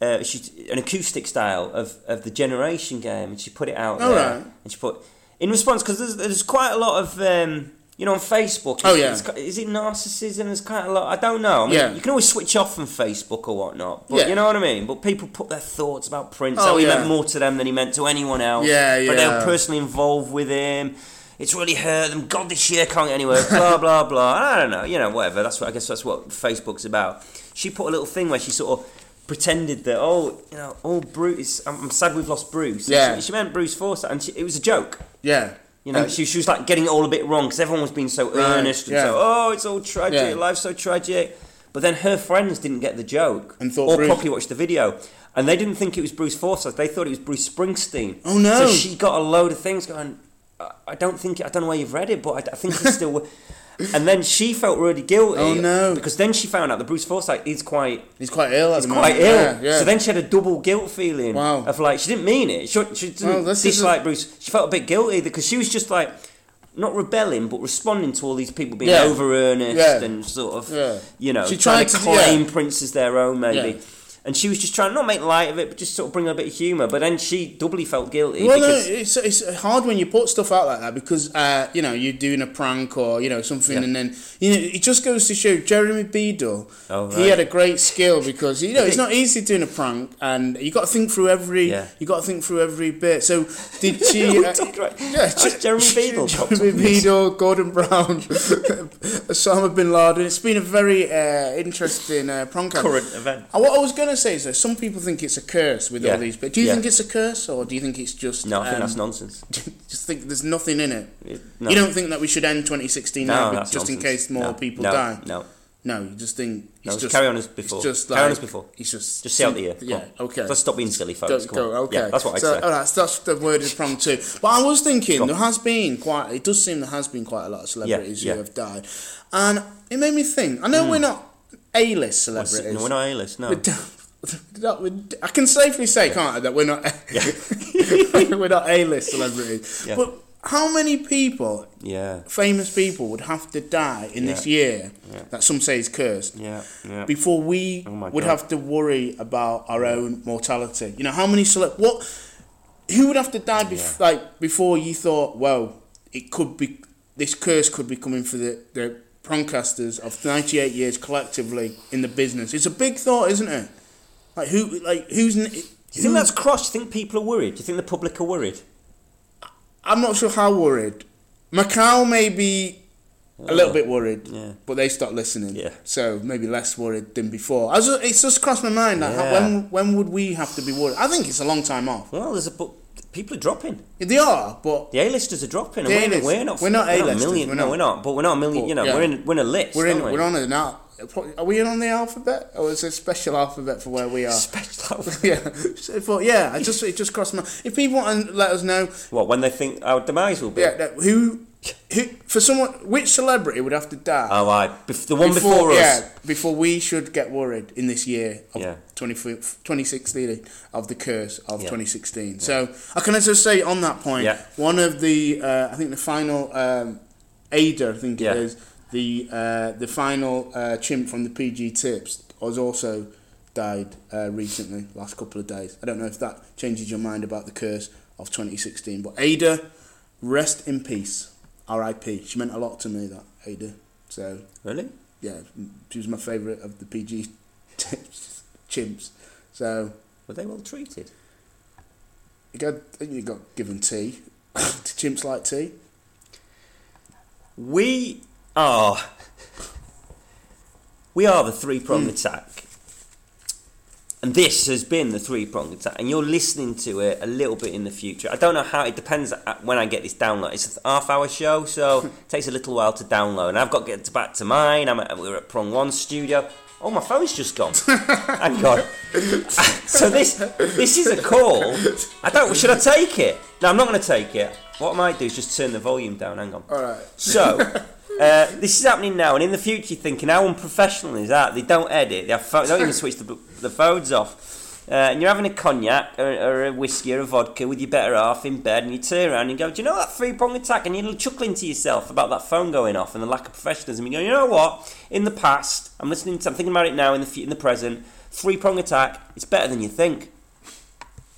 Speaker 2: uh, she, an acoustic style of, of the Generation game, and she put it out
Speaker 1: All
Speaker 2: there.
Speaker 1: right.
Speaker 2: And she put in response because there's, there's quite a lot of um, you know on Facebook.
Speaker 1: Oh,
Speaker 2: it's-
Speaker 1: yeah.
Speaker 2: it's ki- is it narcissism? There's quite a lot. I don't know. I mean,
Speaker 1: Yeah.
Speaker 2: You can always switch off from Facebook or whatnot. But
Speaker 1: Yeah.
Speaker 2: you know what I mean. But people put their thoughts about Prince.
Speaker 1: Oh,
Speaker 2: how he
Speaker 1: yeah.
Speaker 2: meant more to them than he meant to anyone else.
Speaker 1: Yeah,
Speaker 2: But they were
Speaker 1: yeah.
Speaker 2: personally involved with him. it's really hurt them. God, this year can't get anywhere. Blah *laughs* blah blah. I don't know. You know, whatever. That's what I guess. That's what Facebook's about. She put a little thing where she sort of pretended that oh, you know, oh Bruce. I'm, I'm sad we've lost Bruce. And
Speaker 1: Yeah.
Speaker 2: She, she meant Bruce Forsyth, and she, it was a joke.
Speaker 1: Yeah.
Speaker 2: You know,
Speaker 1: And-
Speaker 2: she, she was like getting it all a bit wrong because everyone was being so
Speaker 1: Right,
Speaker 2: earnest and
Speaker 1: yeah.
Speaker 2: so, oh, it's all tragic,
Speaker 1: Yeah.
Speaker 2: life's so tragic. But then her friends didn't get the joke
Speaker 1: And thought
Speaker 2: or
Speaker 1: Bruce-
Speaker 2: properly watched the video. And they didn't think it was Bruce Forsyth, they thought it was Bruce Springsteen.
Speaker 1: Oh, no.
Speaker 2: So she got a load of things going, I, I don't think, I don't know where you've read it, but I, I think
Speaker 1: *laughs*
Speaker 2: it's still. and then she felt really guilty.
Speaker 1: Oh, no.
Speaker 2: Because then she found out that Bruce Forsyth is quite
Speaker 1: He's quite ill at
Speaker 2: it's
Speaker 1: the
Speaker 2: quite
Speaker 1: moment.
Speaker 2: ill.
Speaker 1: Yeah, yeah.
Speaker 2: So then she had a double guilt feeling
Speaker 1: Wow.
Speaker 2: of like she didn't mean it. She, she
Speaker 1: Well,
Speaker 2: didn't
Speaker 1: this is
Speaker 2: dislike Bruce. She felt a bit guilty because she was just like not rebelling but responding to all these people being
Speaker 1: Yeah.
Speaker 2: over earnest
Speaker 1: Yeah.
Speaker 2: and sort of
Speaker 1: Yeah.
Speaker 2: you know
Speaker 1: She
Speaker 2: trying
Speaker 1: tried
Speaker 2: to
Speaker 1: to-
Speaker 2: claim Prince as their own maybe.
Speaker 1: Yeah.
Speaker 2: And she was just trying to not make light of it, but just sort of bring a bit of humour. But then she doubly felt guilty
Speaker 1: Well,
Speaker 2: because
Speaker 1: no, it's, it's hard when you put stuff out like that because uh, you know you're doing a prank or you know something,
Speaker 2: Yeah.
Speaker 1: and then you know it just goes to show Jeremy Beadle.
Speaker 2: Oh,
Speaker 1: He
Speaker 2: right.
Speaker 1: had a great skill because you know
Speaker 2: Did
Speaker 1: it's
Speaker 2: he?
Speaker 1: not easy doing a prank, and you got to think through every
Speaker 2: Yeah.
Speaker 1: you got to think through every bit. So
Speaker 2: *laughs*
Speaker 1: did
Speaker 2: What are
Speaker 1: she?
Speaker 2: we
Speaker 1: uh,
Speaker 2: talking about? *laughs* How's
Speaker 1: Je-
Speaker 2: Oh, Jeremy Beadle popped up
Speaker 1: Jeremy
Speaker 2: in this?
Speaker 1: Beadle, Gordon Brown, *laughs* Osama bin Laden. It's been a very uh, interesting uh, prank. act.
Speaker 2: current event.
Speaker 1: And what I was going to say is that some people think it's a curse with
Speaker 2: Yeah.
Speaker 1: all these, but do you
Speaker 2: Yeah.
Speaker 1: think it's a curse or do you think it's just.
Speaker 2: No, I think
Speaker 1: um,
Speaker 2: that's nonsense.
Speaker 1: *laughs* Just think there's nothing in it.
Speaker 2: It- no.
Speaker 1: You don't think that we should end 2016
Speaker 2: No,
Speaker 1: now be-
Speaker 2: that's
Speaker 1: just in
Speaker 2: nonsense.
Speaker 1: case more
Speaker 2: No,
Speaker 1: people
Speaker 2: no,
Speaker 1: die?
Speaker 2: No,
Speaker 1: No, you just think. It's
Speaker 2: just
Speaker 1: just
Speaker 2: carry on as
Speaker 1: it's
Speaker 2: before.
Speaker 1: just
Speaker 2: Carry on
Speaker 1: like-
Speaker 2: as before.
Speaker 1: It's just.
Speaker 2: Just see out the year. Come
Speaker 1: Yeah,
Speaker 2: on.
Speaker 1: okay.
Speaker 2: Let's stop being silly, folks.
Speaker 1: Don't
Speaker 2: Come on.
Speaker 1: go, okay.
Speaker 2: Yeah, that's what I'd
Speaker 1: so,
Speaker 2: say.
Speaker 1: all right, so that's the word is prompt too. But I was
Speaker 2: Go
Speaker 1: thinking
Speaker 2: on.
Speaker 1: there has been quite. It does seem there has been quite a lot of celebrities
Speaker 2: yeah.
Speaker 1: who have died, and it made me think. I know we're not A-list
Speaker 2: That's-
Speaker 1: celebrities.
Speaker 2: no, we're not A-list, no.
Speaker 1: We're d- that would- I can safely say, can't I, that we're not *laughs* we're not A-list celebrities.
Speaker 2: Yeah.
Speaker 1: But how many people,
Speaker 2: Yeah,
Speaker 1: famous people, would have to die in this
Speaker 2: Yeah.
Speaker 1: year
Speaker 2: Yeah.
Speaker 1: that some say is cursed?
Speaker 2: yeah, yeah.
Speaker 1: before we
Speaker 2: Oh my
Speaker 1: would
Speaker 2: God.
Speaker 1: have to worry about our own mortality. You know, how many select what who would have to die bef-
Speaker 2: Yeah.
Speaker 1: like before you thought, well, it could be this curse could be coming for the the promcasters of 98 years collectively in the business. It's a big thought, isn't it? Like who like who's n-
Speaker 2: Do you think that's crossed? Do you think people are worried? Do you think the public are worried?
Speaker 1: I'm not sure how worried. Macau may be a little bit worried,
Speaker 2: Oh, Yeah.
Speaker 1: but they stopped listening.
Speaker 2: Yeah.
Speaker 1: So maybe less worried than before. I was, it's just crossed my mind like, how-
Speaker 2: Yeah.
Speaker 1: when when would we have to be worried? I think it's a long time off.
Speaker 2: Well, there's a book. People are dropping.
Speaker 1: They are, but
Speaker 2: The A-listers are dropping.
Speaker 1: The
Speaker 2: And we're,
Speaker 1: A-list-
Speaker 2: we're not.
Speaker 1: we're not
Speaker 2: a
Speaker 1: A-listers,
Speaker 2: million.
Speaker 1: we're
Speaker 2: no,
Speaker 1: not.
Speaker 2: we're not. But we're not a million.
Speaker 1: But,
Speaker 2: you know,
Speaker 1: yeah.
Speaker 2: we're in. We're in a list.
Speaker 1: we're in
Speaker 2: aren't we?
Speaker 1: we're on it now. Are we on the alphabet, or is it a special alphabet for where we are?
Speaker 2: *laughs* Special.
Speaker 1: *laughs* yeah, so, but yeah, I just it just crossed my. If people want to let us know,
Speaker 2: what when they think our demise will be?
Speaker 1: yeah, that, who, who for someone, which celebrity would have to die?
Speaker 2: Oh, right. Bef- the one before, us.
Speaker 1: Yeah, before we should get worried in this year of
Speaker 2: Yeah.
Speaker 1: 20, 2016, of the curse of
Speaker 2: Yeah.
Speaker 1: 2016. So I can also say on that point,
Speaker 2: Yeah.
Speaker 1: one of the, uh, I think the final, um, Ada, I think
Speaker 2: Yeah.
Speaker 1: it is, the, uh, the final uh, chimp from the PG Tips has also died uh, recently, last couple of days. I don't know if that changes your mind about the curse of 2016, but Ada, rest in peace. R.I.P. She meant a lot to me, that Ada. So
Speaker 2: Really?
Speaker 1: yeah, she was my favourite of the PG tips, chimps. So
Speaker 2: Were they well treated?
Speaker 1: you got, I think you got given tea. *laughs* Do chimps like tea?
Speaker 2: We are. We are the three pronged attack. And this has been the three pronged attack. And you're listening to it a little bit in the future. I don't know how, it depends at- when I get this download. It's a half hour show, so it takes a little while to download. And I've got to get back to mine. I'm at, we're at Prong One Studio. Oh, my phone's just gone. Hang on. *laughs* so this this is a call. I don't. Should I take it? No, I'm not going to take it. What I might do is just turn the volume down. Hang on.
Speaker 1: All right.
Speaker 2: So, *laughs* uh, this is happening now, and in the future, you're thinking, how unprofessional is that? They don't edit, they have pho- don't even switch the, b- the phones off. Uh, and you're having a cognac or, or a whiskey or a vodka with your better half in bed, and you turn around and you go, Do you know that three prong attack? And you're chuckling to yourself about that phone going off and the lack of professionalism. You go, You know what? In the past, I'm listening to, I'm thinking about it now in the, fu- in the present, three prong attack, it's better than you think.